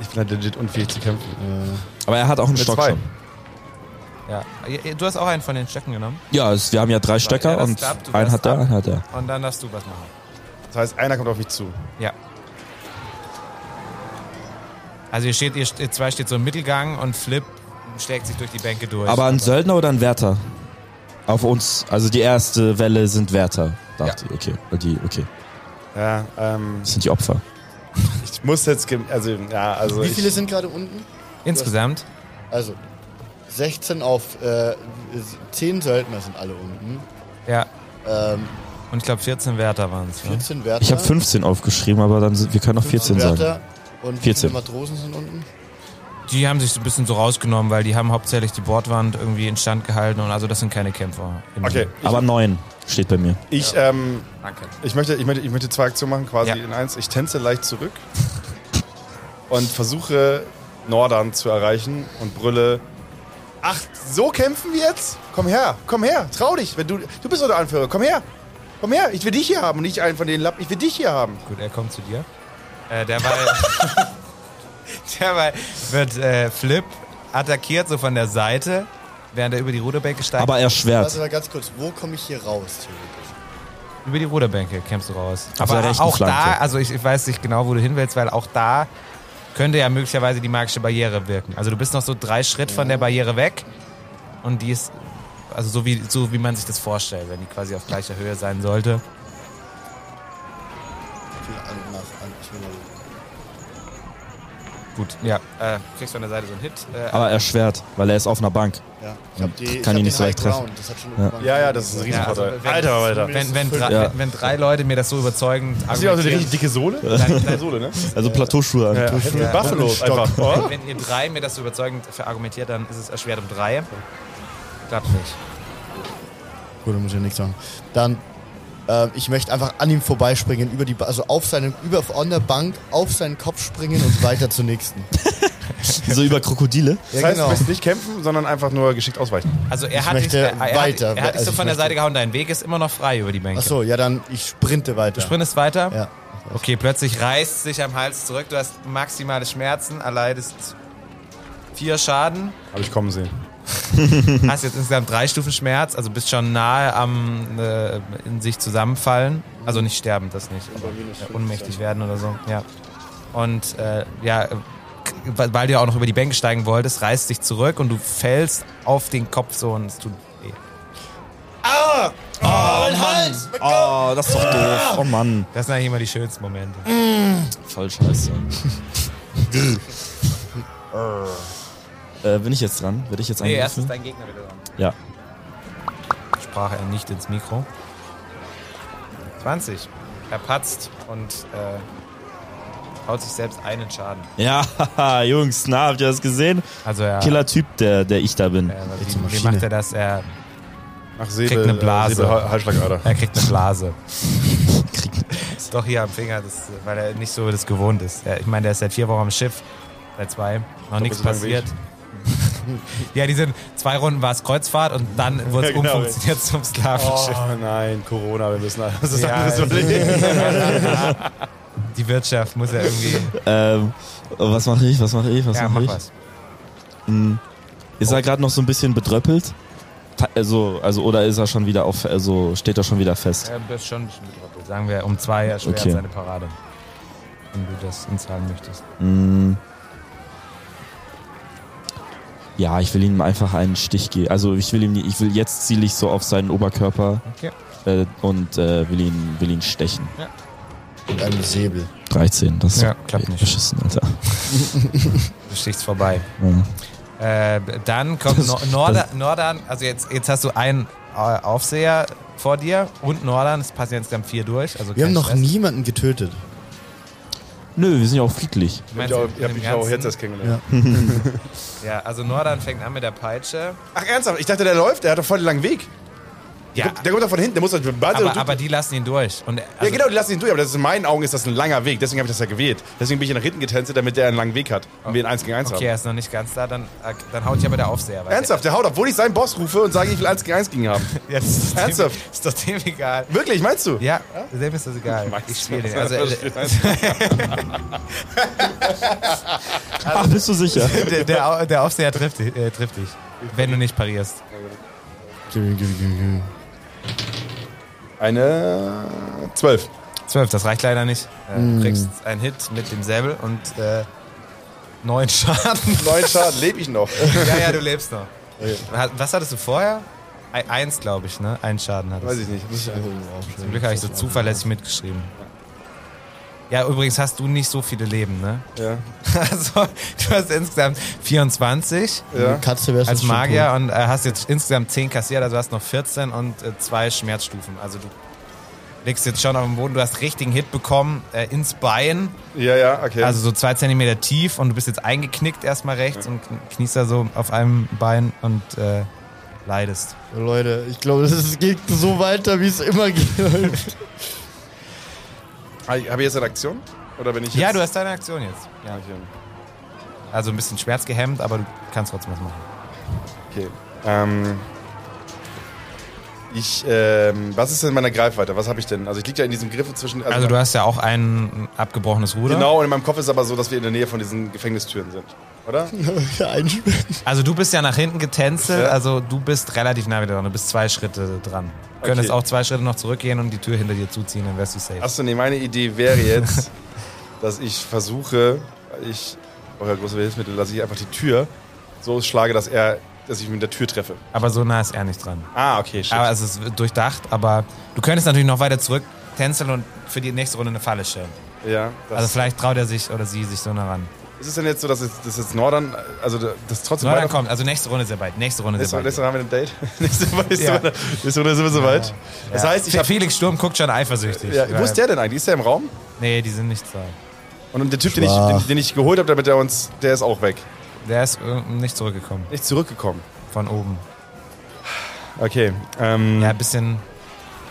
Speaker 6: Ich bin halt legit unfähig zu kämpfen.
Speaker 4: Aber er hat auch einen
Speaker 6: Mit
Speaker 4: Stock
Speaker 6: zwei.
Speaker 4: schon.
Speaker 3: Ja. Ihr- ihr- Du hast auch einen von den Stöcken genommen.
Speaker 4: Ja, es, wir haben ja drei
Speaker 3: Ja,
Speaker 4: Stöcker
Speaker 3: das
Speaker 4: und
Speaker 3: klappt. Du
Speaker 4: einen
Speaker 3: weißt
Speaker 4: hat er,
Speaker 3: ab.
Speaker 4: einen hat er.
Speaker 3: Und dann darfst du was machen.
Speaker 6: Das heißt, einer kommt auf mich zu.
Speaker 3: Ja. Also ihr steht, ihr, st- ihr zwei steht so im Mittelgang und Flip schlägt sich durch die Bänke durch.
Speaker 4: Aber ein Söldner oder ein Wärter? Auf uns, also die erste Welle sind Wärter, dachte ich. Okay, die, okay.
Speaker 6: Ja, ähm,
Speaker 4: Das sind die Opfer.
Speaker 6: ich muss jetzt, ge- also, ja, also.
Speaker 5: Wie viele
Speaker 6: ich,
Speaker 5: sind gerade unten?
Speaker 3: Insgesamt?
Speaker 5: Also, 16 auf äh, 10 Söldner sind alle unten.
Speaker 3: Ja.
Speaker 5: Ähm,
Speaker 3: Und ich glaube 14 Wärter waren es. Ne?
Speaker 5: 14 Wärter.
Speaker 4: Ich habe 15 aufgeschrieben, aber dann sind, wir können auch 14 sagen.
Speaker 5: Wärter. Und
Speaker 4: 14.
Speaker 5: wie viele Matrosen sind unten?
Speaker 3: Die haben sich so ein bisschen so rausgenommen, weil die haben hauptsächlich die Bordwand irgendwie instand gehalten und also das sind keine Kämpfer. im-
Speaker 6: okay,
Speaker 4: Mhm. Aber 9 steht bei mir.
Speaker 6: ich, ähm,
Speaker 3: Danke.
Speaker 6: ich möchte, ich möchte, ich möchte zwei Aktionen machen, quasi
Speaker 3: Ja.
Speaker 6: in eins. Ich tänze leicht zurück und versuche Nordern zu erreichen und brülle. Ach, so kämpfen wir jetzt? Komm her, komm her, trau dich. Wenn du, du bist doch der Anführer, komm her. Komm her, ich will dich hier haben, und nicht einen von den Lappen. Ich will dich hier haben.
Speaker 3: Gut, er kommt zu dir. Äh, derweil, derweil wird äh, Flip attackiert, so von der Seite, während er über die Ruderbänke steigt.
Speaker 4: Aber er
Speaker 5: Warte
Speaker 4: schwert.
Speaker 5: mal ganz kurz, wo komme ich hier raus? theoretisch?
Speaker 3: Über die Ruderbänke kämpfst du raus.
Speaker 4: Auf
Speaker 3: Aber
Speaker 4: der rechten
Speaker 3: auch da,
Speaker 4: Flanke.
Speaker 3: also ich, ich weiß nicht genau, wo du hin willst, weil auch da könnte ja möglicherweise die magische Barriere wirken. Also du bist noch so drei Schritt von der Barriere weg und die ist, also so wie, so wie man sich das vorstellt, wenn die quasi auf gleicher Höhe sein sollte.
Speaker 5: Ich will an- nach- an- ich will mal-
Speaker 3: Gut, ja. Äh, kriegst von der Seite so einen Hit. Äh,
Speaker 4: Aber er schwert, weil er ist auf einer Bank.
Speaker 5: Ja, ich hab die, ich
Speaker 4: Hm, Kann
Speaker 5: hab
Speaker 4: ihn
Speaker 5: den
Speaker 4: nicht so
Speaker 5: High
Speaker 4: leicht treffen.
Speaker 5: Ground, Das hat schon irgendwann-
Speaker 6: Ja, ja, das ist ein
Speaker 3: ja, also,
Speaker 6: Riesenvorteil.
Speaker 3: wenn,
Speaker 6: Alter, Alter.
Speaker 3: Wenn, wenn, drei,
Speaker 4: Ja.
Speaker 3: wenn, wenn drei Leute mir das so überzeugend
Speaker 6: Hast
Speaker 5: also
Speaker 6: du auch so eine richtig
Speaker 3: argumentieren,
Speaker 6: dicke Sohle?
Speaker 3: dann, dann,
Speaker 6: Sohle, ne?
Speaker 4: Also Plateauschuhe an.
Speaker 6: Ja, ja. Buffalo einfach. Oh.
Speaker 3: Wenn ihr drei mir das so überzeugend verargumentiert, dann ist es erschwert um drei. Klappt nicht.
Speaker 5: Gut, dann muss ich ja nichts sagen. Dann, ähm, ich möchte einfach an ihm vorbeispringen, über die, Ba- also auf seinem, über, on der Bank, auf seinen Kopf springen und weiter zur nächsten.
Speaker 4: So über Krokodile.
Speaker 5: Ja, genau.
Speaker 6: Das heißt, du möchtest nicht kämpfen, sondern einfach nur geschickt ausweichen.
Speaker 3: Also er hat,
Speaker 5: möchte
Speaker 3: dich, er, er,
Speaker 5: weiter.
Speaker 3: hat, er hat dich
Speaker 5: Also
Speaker 3: so
Speaker 5: ich
Speaker 3: von der
Speaker 5: möchte-
Speaker 3: Seite gehauen, dein Weg ist immer noch frei über die Bänke.
Speaker 5: Ach so, ja, dann, ich sprinte weiter.
Speaker 3: Du sprintest weiter.
Speaker 5: Ja.
Speaker 3: Okay, plötzlich reißt es dich am Hals zurück. Du hast maximale Schmerzen, erleidest vier Schaden.
Speaker 6: Habe ich kommen sehen.
Speaker 3: hast jetzt insgesamt drei Stufen Schmerz, also bist schon nahe am äh, in sich zusammenfallen. Also nicht sterben, das nicht, aber äh, ohnmächtig werden oder so. Ja. Und äh, ja, k- weil weil du ja auch noch über die Bänke steigen wolltest, reißt dich zurück und du fällst auf den Kopf so und es tut weh.
Speaker 4: Oh, das ist doch
Speaker 3: Ah!
Speaker 4: doof. Oh Mann.
Speaker 3: Das sind eigentlich immer die schönsten Momente.
Speaker 4: Voll scheiße. äh, bin ich jetzt dran? Werde ich jetzt
Speaker 3: Nee, erst
Speaker 4: angegriffen?
Speaker 3: ist dein Gegner wieder dran.
Speaker 4: ja.
Speaker 3: Sprach er nicht ins Mikro. 20. Er patzt und äh, haut sich selbst einen Schaden.
Speaker 4: Ja, haha, Jungs, na, habt ihr das gesehen?
Speaker 3: Also er,
Speaker 4: Killer-Typ, der, der ich da bin.
Speaker 3: er wie, wie macht er das? Er,
Speaker 6: Ach, Säbel,
Speaker 3: Kriegt eine Blase.
Speaker 6: äh, Säbel, Ha- Halsschlagader.
Speaker 3: er kriegt eine Blase. Doch hier am Finger, das, weil er nicht so das gewohnt ist. Er, ich meine, der ist seit vier Wochen am Schiff, seit zwei, noch nichts
Speaker 6: so lange wie
Speaker 3: passiert. ja, die sind zwei Runden war es Kreuzfahrt und dann wurde es
Speaker 6: Ja, genau.
Speaker 3: umfunktioniert zum
Speaker 6: Oh
Speaker 3: Sklavenschiff.
Speaker 6: nein, Corona, wir müssen alles das
Speaker 3: Ja,
Speaker 6: alles überlegen.
Speaker 3: Die Wirtschaft muss ja irgendwie.
Speaker 4: Ähm, was mache ich? Was mache ich? Was
Speaker 3: ja,
Speaker 4: mache
Speaker 3: mach
Speaker 4: ich?
Speaker 3: was.
Speaker 4: Ist er gerade noch so ein bisschen bedröppelt? Ta- Also, also, oder ist er schon wieder auf, also steht er schon wieder fest?
Speaker 3: Er ist schon ein bisschen bedroppelt. Sagen wir, um zwei erschwert
Speaker 4: Okay.
Speaker 3: seine Parade. Wenn du das uns sagen möchtest.
Speaker 4: Mm. Ja, ich will ihm einfach einen Stich geben. Also ich will ihm, nie- ich will jetzt ziele ich so auf seinen Oberkörper
Speaker 3: Okay.
Speaker 4: äh, und äh, will ihn, will ihn stechen.
Speaker 5: Mit einem Säbel.
Speaker 4: 13, das ist
Speaker 3: Ja, klappt nicht.
Speaker 4: beschissen, Alter.
Speaker 3: Du stichst vorbei.
Speaker 4: Ja.
Speaker 3: Äh, dann kommt
Speaker 4: Das-
Speaker 3: no Norda Nordan, also jetzt, jetzt hast du einen äh, Aufseher vor dir und Nordan, es passen jetzt dann vier durch. Also kein
Speaker 5: Wir haben noch
Speaker 3: Stress.
Speaker 5: niemanden getötet.
Speaker 4: Nö, wir sind ja auch friedlich.
Speaker 3: Du
Speaker 6: Ich
Speaker 3: meinst,
Speaker 6: habe
Speaker 3: im
Speaker 6: mich auch
Speaker 3: Ganzen?
Speaker 6: jetzt erst kennengelernt.
Speaker 3: Ja, also Nordan fängt an mit der Peitsche.
Speaker 6: Ach, ernsthaft? Ich dachte, der läuft, der hat doch voll den langen Weg.
Speaker 3: Ja,
Speaker 6: Der kommt doch von hinten, der muss halt doch. warte,
Speaker 3: aber,
Speaker 6: du-
Speaker 3: aber die lassen ihn durch. Und, äh,
Speaker 6: ja,
Speaker 3: also,
Speaker 6: genau, die lassen ihn durch, aber das ist in meinen Augen ist das ein langer Weg, deswegen habe ich das ja gewählt. Deswegen bin ich nach hinten getänzelt, damit der einen langen Weg hat und wir ihn 1 gegen 1
Speaker 3: Okay,
Speaker 6: haben.
Speaker 3: er ist noch nicht ganz da, dann, äh, dann haut ich aber der Aufseher weiter.
Speaker 6: Ernsthaft, der haut, obwohl ich seinen Boss rufe und sage, ich will 1 gegen 1 gegen ihn haben.
Speaker 3: Ja, das ist,
Speaker 6: Ernsthaft?
Speaker 3: Dem, ist doch dem egal.
Speaker 6: Wirklich, meinst du?
Speaker 3: Ja, dem ist das egal. Ich spiele den. Also, äh,
Speaker 4: Ach, bist du sicher?
Speaker 3: der, der, Au- der Aufseher trifft, dich- äh, trifft dich, wenn du nicht parierst.
Speaker 5: Gib ihm, gib ihm, gib ihm, gib ihm.
Speaker 6: Eine 12.
Speaker 3: 12, das reicht leider nicht. Äh,
Speaker 6: Mm.
Speaker 3: Du kriegst einen Hit mit dem Säbel und äh, neun Schaden.
Speaker 6: Neun Schaden, lebe ich noch.
Speaker 3: ja, ja, du lebst noch. Hat- Was hattest du vorher? Ei- Eins, glaube ich, ne? Einen Schaden hattest
Speaker 6: Weiß
Speaker 3: du.
Speaker 6: ich nicht. Muss ich
Speaker 3: Zum Glück habe ich so zuverlässig mitgeschrieben. Ja, übrigens hast du nicht so viele Leben, ne?
Speaker 6: ja.
Speaker 3: Also, du hast insgesamt 24
Speaker 6: ja.
Speaker 5: Katze wär's
Speaker 3: als
Speaker 5: schon
Speaker 3: Magier und äh, hast jetzt insgesamt 10 kassiert, also hast noch 14 und äh, zwei Schmerzstufen. Also du liegst jetzt schon auf dem Boden, du hast richtigen Hit bekommen äh, ins Bein.
Speaker 6: Ja, ja, okay.
Speaker 3: Also so zwei Zentimeter tief und du bist jetzt eingeknickt erstmal rechts und kn- kniest da so auf einem Bein und äh, leidest.
Speaker 5: tot. Leute, ich glaube, es geht so weiter, wie es immer geht.
Speaker 6: habe Ah, ich jetzt eine Aktion? Oder bin ich jetzt
Speaker 3: Ja, du hast deine Aktion jetzt. Ja. Also ein bisschen schmerzgehemmt, aber du kannst trotzdem was machen.
Speaker 6: Okay. Ähm, ich, ähm, was ist denn meine Greifweite? Was habe ich denn? Also ich liege ja in diesem Griff zwischen.
Speaker 3: Also du hast ja auch ein abgebrochenes Ruder.
Speaker 6: Genau, und in meinem Kopf ist aber so, dass wir in der Nähe von diesen Gefängnistüren sind. Oder?
Speaker 5: Einsperren.
Speaker 3: Also du bist ja nach hinten getänzelt,
Speaker 6: Ja.
Speaker 3: also du bist relativ nah wieder dran. Du bist zwei Schritte dran. Du könntest
Speaker 6: Okay.
Speaker 3: auch zwei Schritte noch zurückgehen und die Tür hinter dir zuziehen, dann wärst du safe.
Speaker 6: Achso, nee, meine Idee wäre jetzt, dass ich versuche, weil ich brauche ja große Hilfsmittel, dass ich einfach die Tür so schlage, dass er, dass ich mit der Tür treffe.
Speaker 3: Aber so nah ist er nicht dran.
Speaker 6: Ah, okay, shit.
Speaker 3: Aber es ist durchdacht, aber du könntest natürlich noch weiter zurück tänzeln und für die nächste Runde eine Falle stellen.
Speaker 6: ja, das
Speaker 3: Also vielleicht traut er sich oder sie sich so nah ran.
Speaker 6: ist es denn jetzt so, dass jetzt, dass jetzt Nordern, also das trotzdem
Speaker 3: Nordern
Speaker 6: weiter-
Speaker 3: kommt, also nächste Runde ist er bald. Nächste Runde ist
Speaker 6: Nächste,
Speaker 3: er
Speaker 6: nächste
Speaker 3: bald.
Speaker 6: Mal haben wir ein Date. nächste, Mal- nächste,
Speaker 3: Ja.
Speaker 6: Mal- nächste Runde sind wir soweit. Das heißt, ich
Speaker 3: Fe-
Speaker 6: habe
Speaker 3: Felix Sturm guckt schon eifersüchtig.
Speaker 6: Ja, wo ist der denn eigentlich? Ist der im Raum?
Speaker 3: Nee, die sind nicht da.
Speaker 6: Und der Typ, den ich, den, den ich geholt habe, damit er uns, der ist auch weg.
Speaker 3: Der ist äh, nicht zurückgekommen
Speaker 6: Nicht zurückgekommen.
Speaker 3: von oben.
Speaker 6: Okay. Ähm,
Speaker 3: Ja, ein bisschen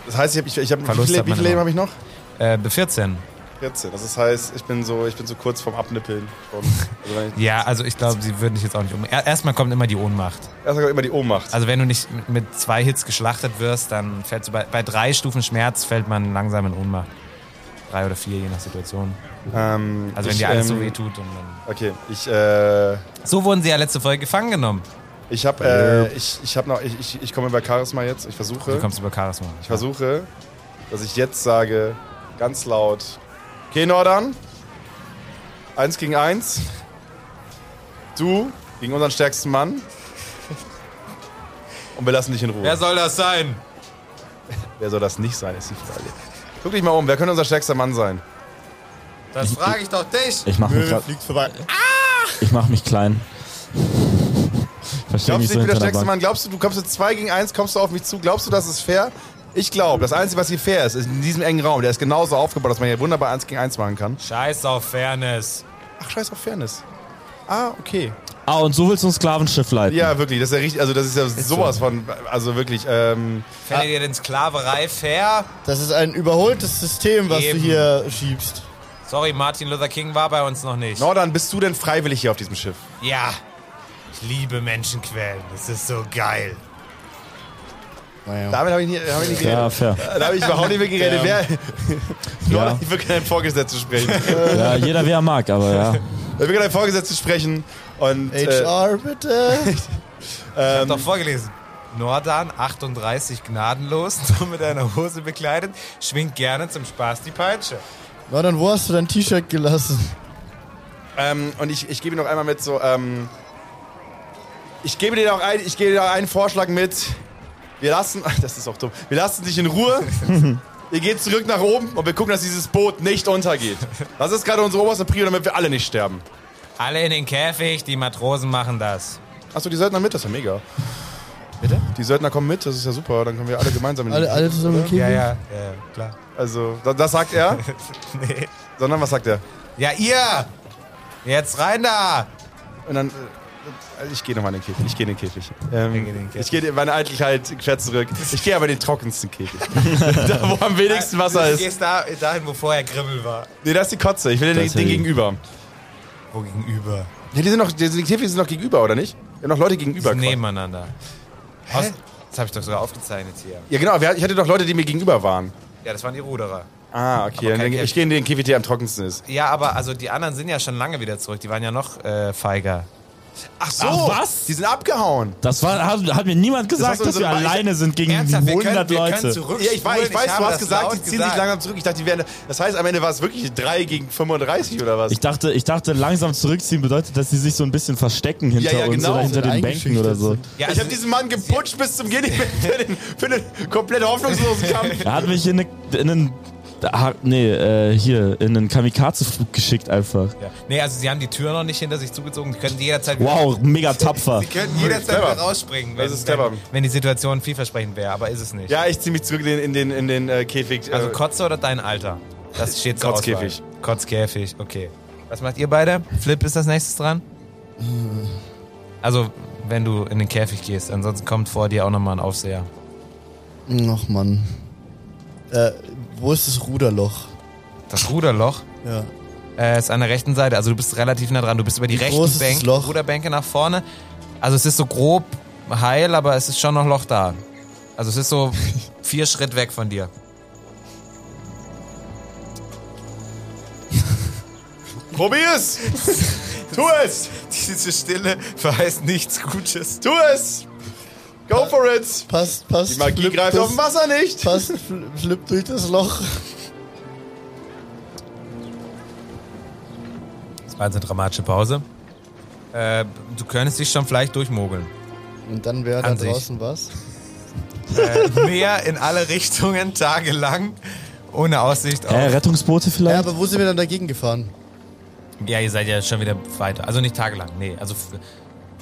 Speaker 6: Das heißt, ich habe, ich, ich hab, wie
Speaker 3: Verlust
Speaker 6: viele,
Speaker 3: hat
Speaker 6: wie
Speaker 3: man
Speaker 6: viele Leben
Speaker 3: immer.
Speaker 6: habe ich noch?
Speaker 3: äh, 14.
Speaker 6: 14. Das ist- heißt, ich bin so, ich bin so kurz vorm Abnippeln. schon. Also wenn ich,
Speaker 3: Ja, also ich glaube, sie würden dich jetzt auch nicht um. Er- Erstmal kommt immer die Ohnmacht.
Speaker 6: erst mal immer die Ohnmacht.
Speaker 3: Also wenn du nicht mit- mit zwei Hits geschlachtet wirst, dann fällst du bei, bei drei Stufen Schmerz fällt man langsam in Ohnmacht. Drei oder vier, je nach Situation.
Speaker 6: ähm,
Speaker 3: Also
Speaker 6: ich,
Speaker 3: wenn dir alles so
Speaker 6: ähm,
Speaker 3: weh tut. Und dann
Speaker 6: Okay, ich, äh,
Speaker 3: so wurden sie ja letzte Folge gefangen genommen.
Speaker 6: Ich habe äh, ich, ich hab noch, ich, ich, ich komme über Charisma jetzt. Ich
Speaker 3: Du
Speaker 6: versuche,
Speaker 3: kommst über Charisma.
Speaker 6: ich versuche, dass ich jetzt sage, ganz laut, okay Nordan, eins gegen eins, du gegen unseren stärksten Mann und wir lassen dich in Ruhe.
Speaker 3: Wer soll das sein?
Speaker 6: Wer soll das nicht sein, ist die Frage. Guck dich mal um, wer könnte unser stärkster Mann sein?
Speaker 3: Das frage ich doch dich.
Speaker 4: Ich mache mich,
Speaker 5: Möwe
Speaker 4: grad-
Speaker 5: fliegt vorbei.
Speaker 4: ich mach mich klein. Verstehe mich
Speaker 6: Glaubst du,
Speaker 4: so
Speaker 6: ich bin der
Speaker 4: hinter der
Speaker 6: stärkste
Speaker 4: Bank.
Speaker 6: Mann? Glaubst du, du kommst jetzt 2 gegen 1, kommst du auf mich zu? Glaubst du, das ist fair? Ich glaube, das Einzige, was hier fair ist, ist in diesem engen Raum, der ist genauso aufgebaut, dass man hier wunderbar 1 gegen 1 machen kann.
Speaker 3: Scheiß auf Fairness.
Speaker 6: Ach, scheiß auf Fairness. Ah, okay.
Speaker 4: Ah, und so willst du ein Sklavenschiff leiten?
Speaker 6: Ja, wirklich, das ist ja richtig, also das ist ja sowas von, also wirklich, ähm,
Speaker 3: Fändet ihr denn Sklaverei fair?
Speaker 5: Das ist ein überholtes System, was
Speaker 3: Eben.
Speaker 5: du hier schiebst.
Speaker 3: Sorry, Martin Luther King war bei uns noch nicht.
Speaker 6: Nordan, bist du denn freiwillig hier auf diesem Schiff?
Speaker 3: Ja. Ich liebe Menschenquellen. Das ist so geil.
Speaker 5: Naja.
Speaker 6: Damit habe ich nie, hab ich nie
Speaker 4: Ja,
Speaker 6: geredet. Äh,
Speaker 4: fair.
Speaker 6: Da habe ich überhaupt nicht mehr geredet.
Speaker 5: Ja.
Speaker 6: Wer, Nordan,
Speaker 4: Ja.
Speaker 6: ich will keinen Vorgesetzten sprechen.
Speaker 4: ja, jeder wie er mag, aber ja.
Speaker 6: ich will keinen Vorgesetzten sprechen und, äh,
Speaker 5: HR, bitte.
Speaker 6: Ähm.
Speaker 3: Ich hab doch vorgelesen. Nordan, 38 gnadenlos, nur mit einer Hose bekleidet, schwingt gerne zum Spaß die Peitsche.
Speaker 5: Na dann, wo hast du dein T-Shirt gelassen?
Speaker 6: Ähm, und ich, ich gebe ihm noch einmal mit so, ähm, ich gebe dir noch ein, ich gebe dir noch einen Vorschlag mit. Wir lassen, ach, das ist auch dumm. Wir lassen dich in Ruhe. Ihr geht zurück nach oben und wir gucken, dass dieses Boot nicht untergeht. Das ist gerade unsere oberste Prio, damit wir alle nicht sterben.
Speaker 3: Alle in den Käfig, die Matrosen machen das.
Speaker 6: Achso, die Söldner mit, das ist ja mega.
Speaker 3: Bitte?
Speaker 6: Die Söldner kommen mit, das ist ja super. Dann können wir alle gemeinsam in den
Speaker 5: Alle, alle
Speaker 6: Krieg,
Speaker 5: zusammen
Speaker 6: oder?
Speaker 5: im Käfig?
Speaker 3: Ja, ja, ja, klar.
Speaker 6: Also, das, das sagt er,
Speaker 3: nee.
Speaker 6: sondern was sagt er?
Speaker 3: Ja, ihr! Jetzt rein da!
Speaker 6: Und dann. äh, Ich gehe nochmal in den Käfig. Ich gehe in den Käfig. Ähm,
Speaker 3: gehen in den Käfig.
Speaker 6: Ich gehe meine Eitelkeit halt quer zurück. Ich gehe aber in den trockensten Käfig. da, wo am wenigsten Wasser
Speaker 3: Du
Speaker 6: ist.
Speaker 3: gehst da, dahin, wo vorher Grimmel war.
Speaker 6: Nee, das ist die Kotze. Ich will den,
Speaker 4: Das
Speaker 6: den
Speaker 4: ist-
Speaker 6: gegenüber.
Speaker 3: Wo Oh, gegenüber?
Speaker 6: Nee, die sind noch, die, die Käfige sind noch gegenüber, oder nicht? Wir haben noch Leute
Speaker 3: Die
Speaker 6: gegenüber.
Speaker 3: sind nebeneinander. Aus, das habe ich doch sogar aufgezeichnet hier.
Speaker 6: ja, genau. wir- Ich hatte doch Leute, die mir gegenüber waren.
Speaker 3: Ja, das waren die Ruderer.
Speaker 6: Ah, okay.
Speaker 3: Aber
Speaker 6: Dann,
Speaker 3: kein
Speaker 6: gehe- ich
Speaker 3: Käfig.
Speaker 6: gehe in den Käfig, der am trockensten ist.
Speaker 3: Ja, aber also die anderen sind ja schon lange wieder zurück. Die waren ja noch äh, feiger.
Speaker 6: Ach so.
Speaker 4: Ach, was?
Speaker 6: Die sind abgehauen.
Speaker 4: Das war, hat, hat mir niemand gesagt,
Speaker 6: hast du
Speaker 4: dass
Speaker 6: so
Speaker 4: wir
Speaker 6: eine-
Speaker 4: alleine sind gegen
Speaker 3: Ernsthaft, wir
Speaker 4: 100
Speaker 3: können, wir
Speaker 4: Leute.
Speaker 3: können zurück.
Speaker 6: Ja, ich, weiß, ich weiß, du hast gesagt, die ziehen sich
Speaker 3: lange.
Speaker 6: langsam zurück. Ich dachte, die wären. Das heißt, am Ende war es wirklich 3 gegen 35 oder was?
Speaker 4: Ich dachte, ich dachte, langsam zurückziehen bedeutet, dass sie sich so ein bisschen verstecken hinter
Speaker 6: ja,
Speaker 4: uns
Speaker 6: genau.
Speaker 4: oder hinter
Speaker 5: Sind
Speaker 4: den Bänken
Speaker 5: eingeschüchtert
Speaker 4: oder so.
Speaker 5: sind.
Speaker 3: Ja,
Speaker 6: ich habe diesen Mann geputscht bis zum Gehen für den, für den komplett hoffnungslosen Kampf.
Speaker 4: Er hat mich in, eine, in einen. Ah, nee, äh, hier, in einen Kamikaze-Flug geschickt einfach.
Speaker 3: ja. Nee, also sie haben die Tür noch nicht hinter sich zugezogen. Sie können jederzeit
Speaker 4: Wow, mega tapfer.
Speaker 3: Sie können jederzeit
Speaker 6: clever.
Speaker 3: wieder rausspringen, wenn,
Speaker 6: Das ist clever.
Speaker 3: wenn, wenn die Situation vielversprechend wäre, aber ist es nicht.
Speaker 6: Ja, äh, ich zieh mich zurück in den, in den, in den äh, Käfig. äh,
Speaker 3: Also Kotze oder dein Alter? Das steht zur
Speaker 6: Kotzkäfig.
Speaker 3: Auswahl. Kotzkäfig, okay. Was macht ihr beide? Flip ist das nächstes dran?
Speaker 6: Hm.
Speaker 3: Also, wenn du in den Käfig gehst, ansonsten kommt vor dir auch nochmal ein Aufseher.
Speaker 5: Ach, Mann. Äh, wo ist das Ruderloch?
Speaker 3: Das Ruderloch
Speaker 5: Ja.
Speaker 3: äh, ist an der rechten Seite, also du bist relativ nah dran. Du bist über die
Speaker 5: Wie groß
Speaker 3: rechten
Speaker 5: ist das
Speaker 3: Bänke,
Speaker 5: Loch?
Speaker 3: Ruderbänke nach vorne. Also es ist so grob heil, aber es ist schon noch Loch da. Also es ist so vier Schritt weg von dir.
Speaker 6: Probier's! tu es!
Speaker 3: Diese Stille verheißt nichts Gutes.
Speaker 6: Tu es! Go for it!
Speaker 5: Passt, passt.
Speaker 6: Die Magie
Speaker 5: Flip
Speaker 6: greift
Speaker 5: das-
Speaker 6: auf dem Wasser nicht!
Speaker 5: Passt, fl- flippt durch das Loch.
Speaker 3: Das war jetzt eine dramatische Pause. Äh, du könntest dich schon vielleicht durchmogeln.
Speaker 5: Und dann wäre da
Speaker 3: An sich.
Speaker 5: draußen was.
Speaker 3: Äh, Meer in alle Richtungen, tagelang, ohne Aussicht
Speaker 4: Äh,
Speaker 3: auf.
Speaker 4: Rettungsboote
Speaker 5: Ja,
Speaker 4: vielleicht?
Speaker 5: aber wo sind wir dann dagegen gefahren?
Speaker 3: Ja, ihr seid ja schon wieder weiter. Also nicht tagelang, nee. Also f-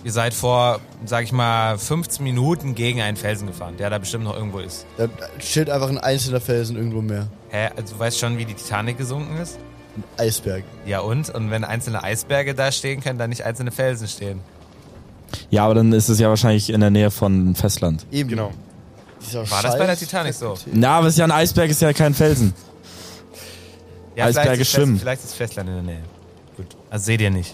Speaker 3: ihr seid vor, sag ich mal, 15 Minuten gegen einen Felsen gefahren, der da bestimmt noch irgendwo ist.
Speaker 5: Da chillt einfach ein einzelner Felsen irgendwo mehr.
Speaker 3: Hä? Also du weißt schon, wie die Titanic gesunken ist?
Speaker 5: Eisberg.
Speaker 3: Ja und? Und wenn einzelne Eisberge da stehen, können da nicht einzelne Felsen stehen.
Speaker 4: Ja, aber dann ist es ja wahrscheinlich in der Nähe von Festland.
Speaker 5: Eben.
Speaker 6: Genau.
Speaker 5: Dieser
Speaker 3: War das bei der
Speaker 5: scheiß
Speaker 3: Titanic so?
Speaker 5: Fett-
Speaker 4: Na, aber es ist ja ein Eisberg, ist ja kein Felsen.
Speaker 3: Ja, vielleicht
Speaker 4: Eisberge
Speaker 3: ist Fest-
Speaker 4: schwimmen.
Speaker 3: Vielleicht ist Festland in der Nähe. Gut. Also seht ihr nicht.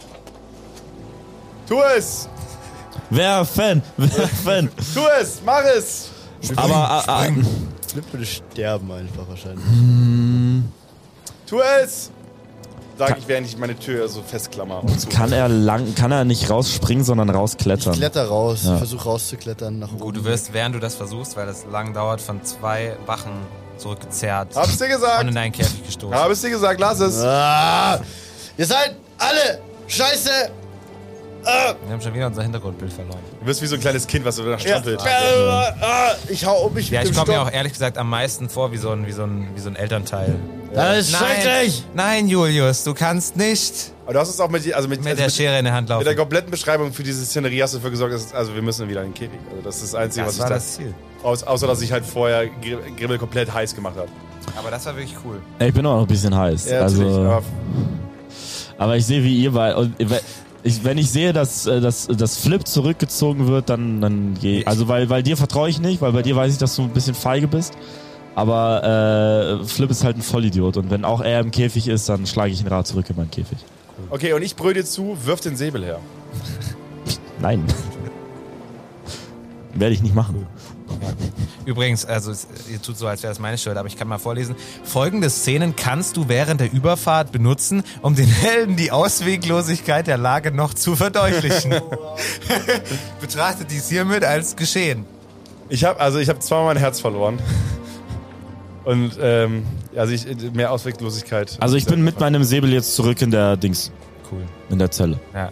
Speaker 6: Tu es!
Speaker 4: Werfen! Werfen!
Speaker 6: Tu es! Mach es!
Speaker 4: aber, ah, ah,
Speaker 5: Flip würde sterben einfach wahrscheinlich.
Speaker 6: Tu es! sage ich, während ich meine Tür so festklammer. Und zu.
Speaker 4: Kann er lang, kann er nicht rausspringen, sondern
Speaker 5: Ich
Speaker 4: rausklettern.
Speaker 5: kletter raus,
Speaker 4: Ja.
Speaker 5: versuch rauszuklettern nach oben.
Speaker 3: Gut, du wirst, während du das versuchst, weil das lang dauert, von zwei Wachen zurückgezerrt
Speaker 6: Hab's dir gesagt.
Speaker 3: und in einen Käfig gestoßen.
Speaker 6: Hab es dir gesagt, lass es.
Speaker 5: Ah, ihr seid alle scheiße.
Speaker 3: Wir haben schon wieder unser Hintergrundbild verloren.
Speaker 6: Du bist wie so ein kleines Kind, was danach
Speaker 5: Ja.
Speaker 6: strampelt.
Speaker 5: Ah, ich hau um mich
Speaker 3: Ja,
Speaker 5: mit
Speaker 3: ich
Speaker 5: dem
Speaker 3: komme mir
Speaker 5: Stock.
Speaker 3: auch ehrlich gesagt am meisten vor wie so ein, wie so ein, wie so ein Elternteil.
Speaker 5: Das ist schrecklich.
Speaker 3: Nein, Julius, du kannst nicht
Speaker 6: Aber du hast es auch mit, die- also mit,
Speaker 3: mit
Speaker 6: also
Speaker 3: der
Speaker 6: mit,
Speaker 3: Schere in der Hand
Speaker 6: mit der
Speaker 3: laufen.
Speaker 6: kompletten Beschreibung für diese Szenerie hast du dafür gesorgt, dass, also wir müssen wieder in den Käfig. Also das ist das Einzige,
Speaker 3: Das
Speaker 6: was
Speaker 3: war
Speaker 6: ich da...
Speaker 3: das Ziel.
Speaker 6: Aus, außer, dass ich halt vorher Gri- Grimmel komplett heiß gemacht habe.
Speaker 3: Aber das war wirklich cool.
Speaker 4: Ich bin auch noch ein bisschen heiß. also,
Speaker 6: aber
Speaker 4: aber, ich sehe, wie ihr bei. Und, we- ich, wenn ich sehe, dass, äh, dass, dass Flip zurückgezogen wird, dann, dann gehe ich. Also, weil, weil dir vertraue ich nicht, weil bei dir weiß ich, dass du ein bisschen feige bist. Aber äh, Flip ist halt ein Vollidiot. Und wenn auch er im Käfig ist, dann schlage ich ihn Rad zurück in meinen Käfig.
Speaker 6: Okay, und ich brüll dir zu, wirf den Säbel her.
Speaker 4: Nein. Werde ich nicht machen.
Speaker 3: Übrigens, also es- ihr tut so, als wäre es meine Schuld, aber ich kann mal vorlesen. Folgende Szenen kannst du während der Überfahrt benutzen, um den Helden die Ausweglosigkeit der Lage noch zu verdeutlichen. Betrachtet dies hiermit als geschehen.
Speaker 6: Ich habe also ich habe zweimal mein Herz verloren. Und ähm, also ich mehr Ausweglosigkeit.
Speaker 4: Also, ich bin mit meinem Säbel jetzt zurück in der Dings,
Speaker 3: Cool.
Speaker 4: in der Zelle.
Speaker 3: Ja.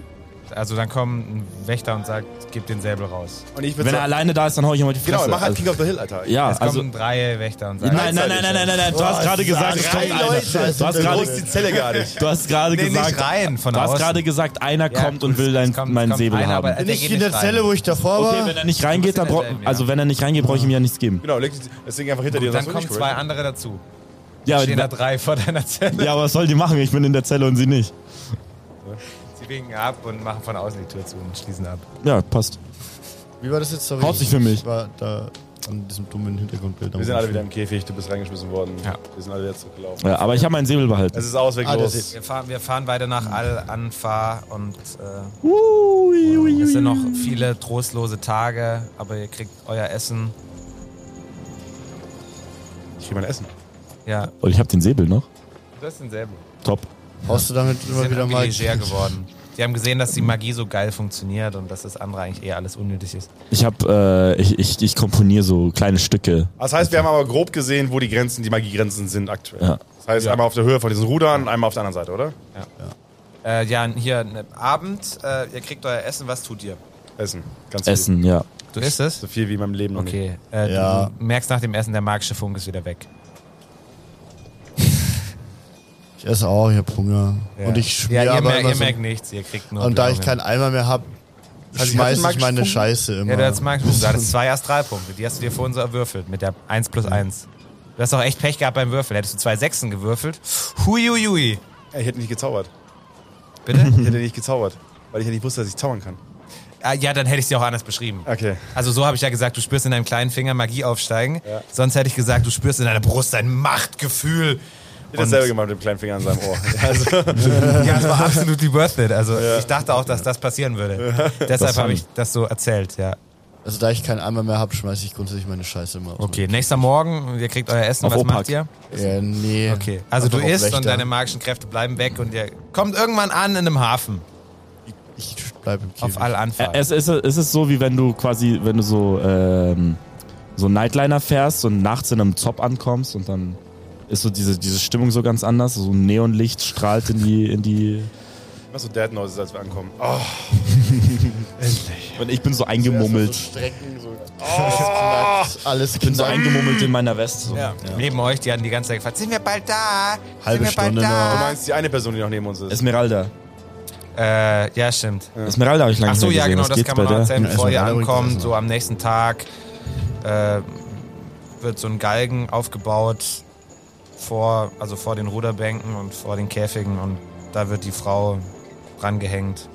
Speaker 3: Also dann kommt ein Wächter und sagt, gib den Säbel raus.
Speaker 6: und ich
Speaker 4: Wenn er
Speaker 6: sagen,
Speaker 4: alleine da ist, dann hau ich ihm mal die Fresse.
Speaker 6: genau, mach halt
Speaker 4: also,
Speaker 6: King of the Hill, Alter.
Speaker 4: ja,
Speaker 3: Es
Speaker 4: also
Speaker 3: kommen drei Wächter und sagen,
Speaker 4: Nein, nein, nein, nein, nein, nein, nein. Du
Speaker 6: Oh,
Speaker 4: hast gerade gesagt, es kommt einer. Du hast
Speaker 6: Wo
Speaker 4: gerade,
Speaker 6: ist die Zelle gar nicht?
Speaker 4: du hast gerade
Speaker 3: nee, nicht
Speaker 4: gesagt,
Speaker 3: rein von
Speaker 4: du hast
Speaker 3: außen.
Speaker 4: gerade gesagt, einer
Speaker 3: Ja,
Speaker 4: kommt
Speaker 3: cool,
Speaker 4: und will
Speaker 3: es
Speaker 4: dein,
Speaker 3: kommt- es
Speaker 4: meinen
Speaker 3: kommt
Speaker 4: säbel
Speaker 3: einer,
Speaker 4: haben.
Speaker 3: aber der
Speaker 5: Nicht
Speaker 3: geht
Speaker 5: in der
Speaker 3: rein.
Speaker 5: Zelle, wo ich davor war.
Speaker 4: okay, wenn er nicht reingeht, dann
Speaker 3: bist in
Speaker 4: braucht,
Speaker 3: derselben, ja.
Speaker 4: also wenn er nicht reingeht, brauche ich ihm ja nichts geben.
Speaker 6: Genau, leg die- deswegen einfach hinter dir.
Speaker 3: Dann
Speaker 6: sonst
Speaker 3: kommen
Speaker 6: nicht
Speaker 3: zwei
Speaker 6: cool.
Speaker 3: andere dazu.
Speaker 4: Ja,
Speaker 3: Stehen da
Speaker 4: aber,
Speaker 3: drei vor deiner Zelle.
Speaker 4: ja, aber was soll die machen? Ich bin in der Zelle und sie nicht.
Speaker 3: Sie winken ab und machen von außen die Tür zu und schließen ab.
Speaker 4: Ja, passt.
Speaker 5: Wie war das jetzt? Sorry.
Speaker 4: Haut sich für mich.
Speaker 5: Ich war da an diesem dummen Hintergrundbild.
Speaker 6: Wir sind alle wieder im Käfig, du bist reingeschmissen worden. Wir sind alle wieder zurückgelaufen.
Speaker 4: Ja, Ah, aber ich habe meinen Säbel behalten.
Speaker 6: Es
Speaker 3: Also-
Speaker 6: ist ausweglos.
Speaker 3: Wir fahren, wir fahren weiter nach Al-Anfa und äh,
Speaker 4: Ui, ui,
Speaker 3: es
Speaker 4: ui.
Speaker 3: sind noch viele trostlose Tage, aber ihr kriegt euer Essen.
Speaker 6: Ich krieg mein Essen.
Speaker 3: Ja,
Speaker 4: Und ich habe den Säbel noch.
Speaker 3: das ist denselben.
Speaker 4: Top.
Speaker 5: Haust du damit
Speaker 3: Die
Speaker 5: immer
Speaker 3: sind
Speaker 5: wieder
Speaker 3: wieder
Speaker 5: mal.
Speaker 3: leger geworden. Die haben gesehen, dass die Magie so geil funktioniert und dass das andere eigentlich eher alles unnötig ist.
Speaker 4: Ich habe, äh, ich, ich, ich komponiere so kleine Stücke.
Speaker 6: Das heißt, wir haben aber grob gesehen, wo die Grenzen, die Magiegrenzen sind aktuell.
Speaker 4: Ja.
Speaker 6: Das heißt,
Speaker 3: Ja.
Speaker 6: einmal auf der Höhe von diesen Rudern und einmal auf der anderen Seite, oder?
Speaker 3: Äh, ja, hier, ne, Abend, äh, ihr kriegt euer Essen, was tut ihr?
Speaker 6: Essen. Ganz
Speaker 4: Essen, ja.
Speaker 3: Du isst es?
Speaker 6: Viel. So viel wie in meinem Leben noch nicht.
Speaker 3: Okay, äh,
Speaker 5: Ja.
Speaker 3: du merkst nach dem Essen, der magische Funk ist wieder weg.
Speaker 5: Ich esse auch, ich hab Hunger.
Speaker 3: Ja.
Speaker 5: Und ich
Speaker 3: ja,
Speaker 5: schmier
Speaker 3: ihr,
Speaker 5: aber
Speaker 3: mer
Speaker 5: immer
Speaker 3: ihr
Speaker 5: so.
Speaker 3: merkt nichts, ihr kriegt nur...
Speaker 5: Und da ich
Speaker 3: Glauben.
Speaker 5: keinen Eimer mehr hab,
Speaker 3: Also,
Speaker 6: ich
Speaker 5: schmeiß
Speaker 6: hab
Speaker 5: ich meine
Speaker 6: Max-
Speaker 5: Scheiße immer.
Speaker 3: Ja, du hattest Magnus Punkt. Du hattest zwei Astralpunkte. Die hast du dir vorhin so erwürfelt mit der 1
Speaker 5: Mhm.
Speaker 3: plus 1. Du hast auch echt Pech gehabt beim Würfel. Hättest du zwei Sechsen gewürfelt. Huiuiui.
Speaker 6: Ey, Ich hätte nicht gezaubert.
Speaker 3: Bitte?
Speaker 6: Ich hätte nicht gezaubert, weil ich ja nicht wusste, dass ich zaubern kann.
Speaker 3: ah, ja, dann hätte ich sie auch anders beschrieben.
Speaker 6: Okay.
Speaker 3: Also so habe ich ja gesagt, du spürst in deinem kleinen Finger Magie aufsteigen. Sonst hätte ich gesagt, du spürst in deiner Brust ein Machtgefühl.
Speaker 6: Ich hätte dasselbe gemacht mit dem kleinen Finger an seinem Ohr. Also,
Speaker 3: Ja, das war absolutely worth it. Also ich dachte auch, dass das passieren würde. Deshalb
Speaker 4: Das
Speaker 3: habe ich das so erzählt, ja.
Speaker 5: Also da ich keinen Eimer mehr hab, schmeiß ich grundsätzlich meine Scheiße immer. raus.
Speaker 3: Okay, nächster Morgen, ihr kriegt euer Essen.
Speaker 4: Auf
Speaker 3: Was
Speaker 4: Opak.
Speaker 3: macht ihr?
Speaker 5: Ja, nee.
Speaker 3: Okay, also du
Speaker 5: Einfach auf
Speaker 3: isst und
Speaker 5: Wächter.
Speaker 3: deine magischen Kräfte bleiben weg und ihr kommt irgendwann an in einem Hafen.
Speaker 5: Ich bleib im Käfig.
Speaker 3: Auf alle
Speaker 4: Ä-
Speaker 3: Anfang.
Speaker 4: Es ist, es ist so, wie wenn du quasi, wenn du so, ähm, so Nightliner fährst und nachts in einem Zop ankommst und dann ist so diese, diese Stimmung so ganz anders. So ein Neonlicht strahlt in die, in die.
Speaker 6: was so Dead Noises, als wir ankommen. Oh,
Speaker 4: Und ich bin so
Speaker 5: Erstmal Also, so
Speaker 4: eingemummelt.
Speaker 5: strecken, so. Alles knackt. Alles
Speaker 4: Ich bin so
Speaker 5: knackt.
Speaker 4: eingemummelt in meiner Weste. So.
Speaker 3: ja. Neben euch, die hatten die ganze Zeit gefragt, sind wir bald da?
Speaker 5: Halbe
Speaker 3: sind wir
Speaker 5: Stunde
Speaker 6: du
Speaker 3: bald
Speaker 6: meinst die eine Person, die noch neben uns ist.
Speaker 4: Esmeralda.
Speaker 3: da? Äh, ja, stimmt.
Speaker 4: Esmeralda habe ich lange
Speaker 3: Ach so,
Speaker 4: nicht
Speaker 3: ja,
Speaker 4: mehr gesehen.
Speaker 3: genau,
Speaker 4: Was
Speaker 3: das
Speaker 4: geht's
Speaker 3: kann man
Speaker 4: bei
Speaker 3: noch
Speaker 4: der?
Speaker 3: erzählen,
Speaker 5: Ja,
Speaker 3: bevor ihr
Speaker 5: erstmal alle
Speaker 3: ankommt,
Speaker 5: runter.
Speaker 3: so am nächsten Tag äh, wird so ein Galgen aufgebaut vor, also vor den Ruderbänken und vor den Käfigen und da wird die Frau rangehängt.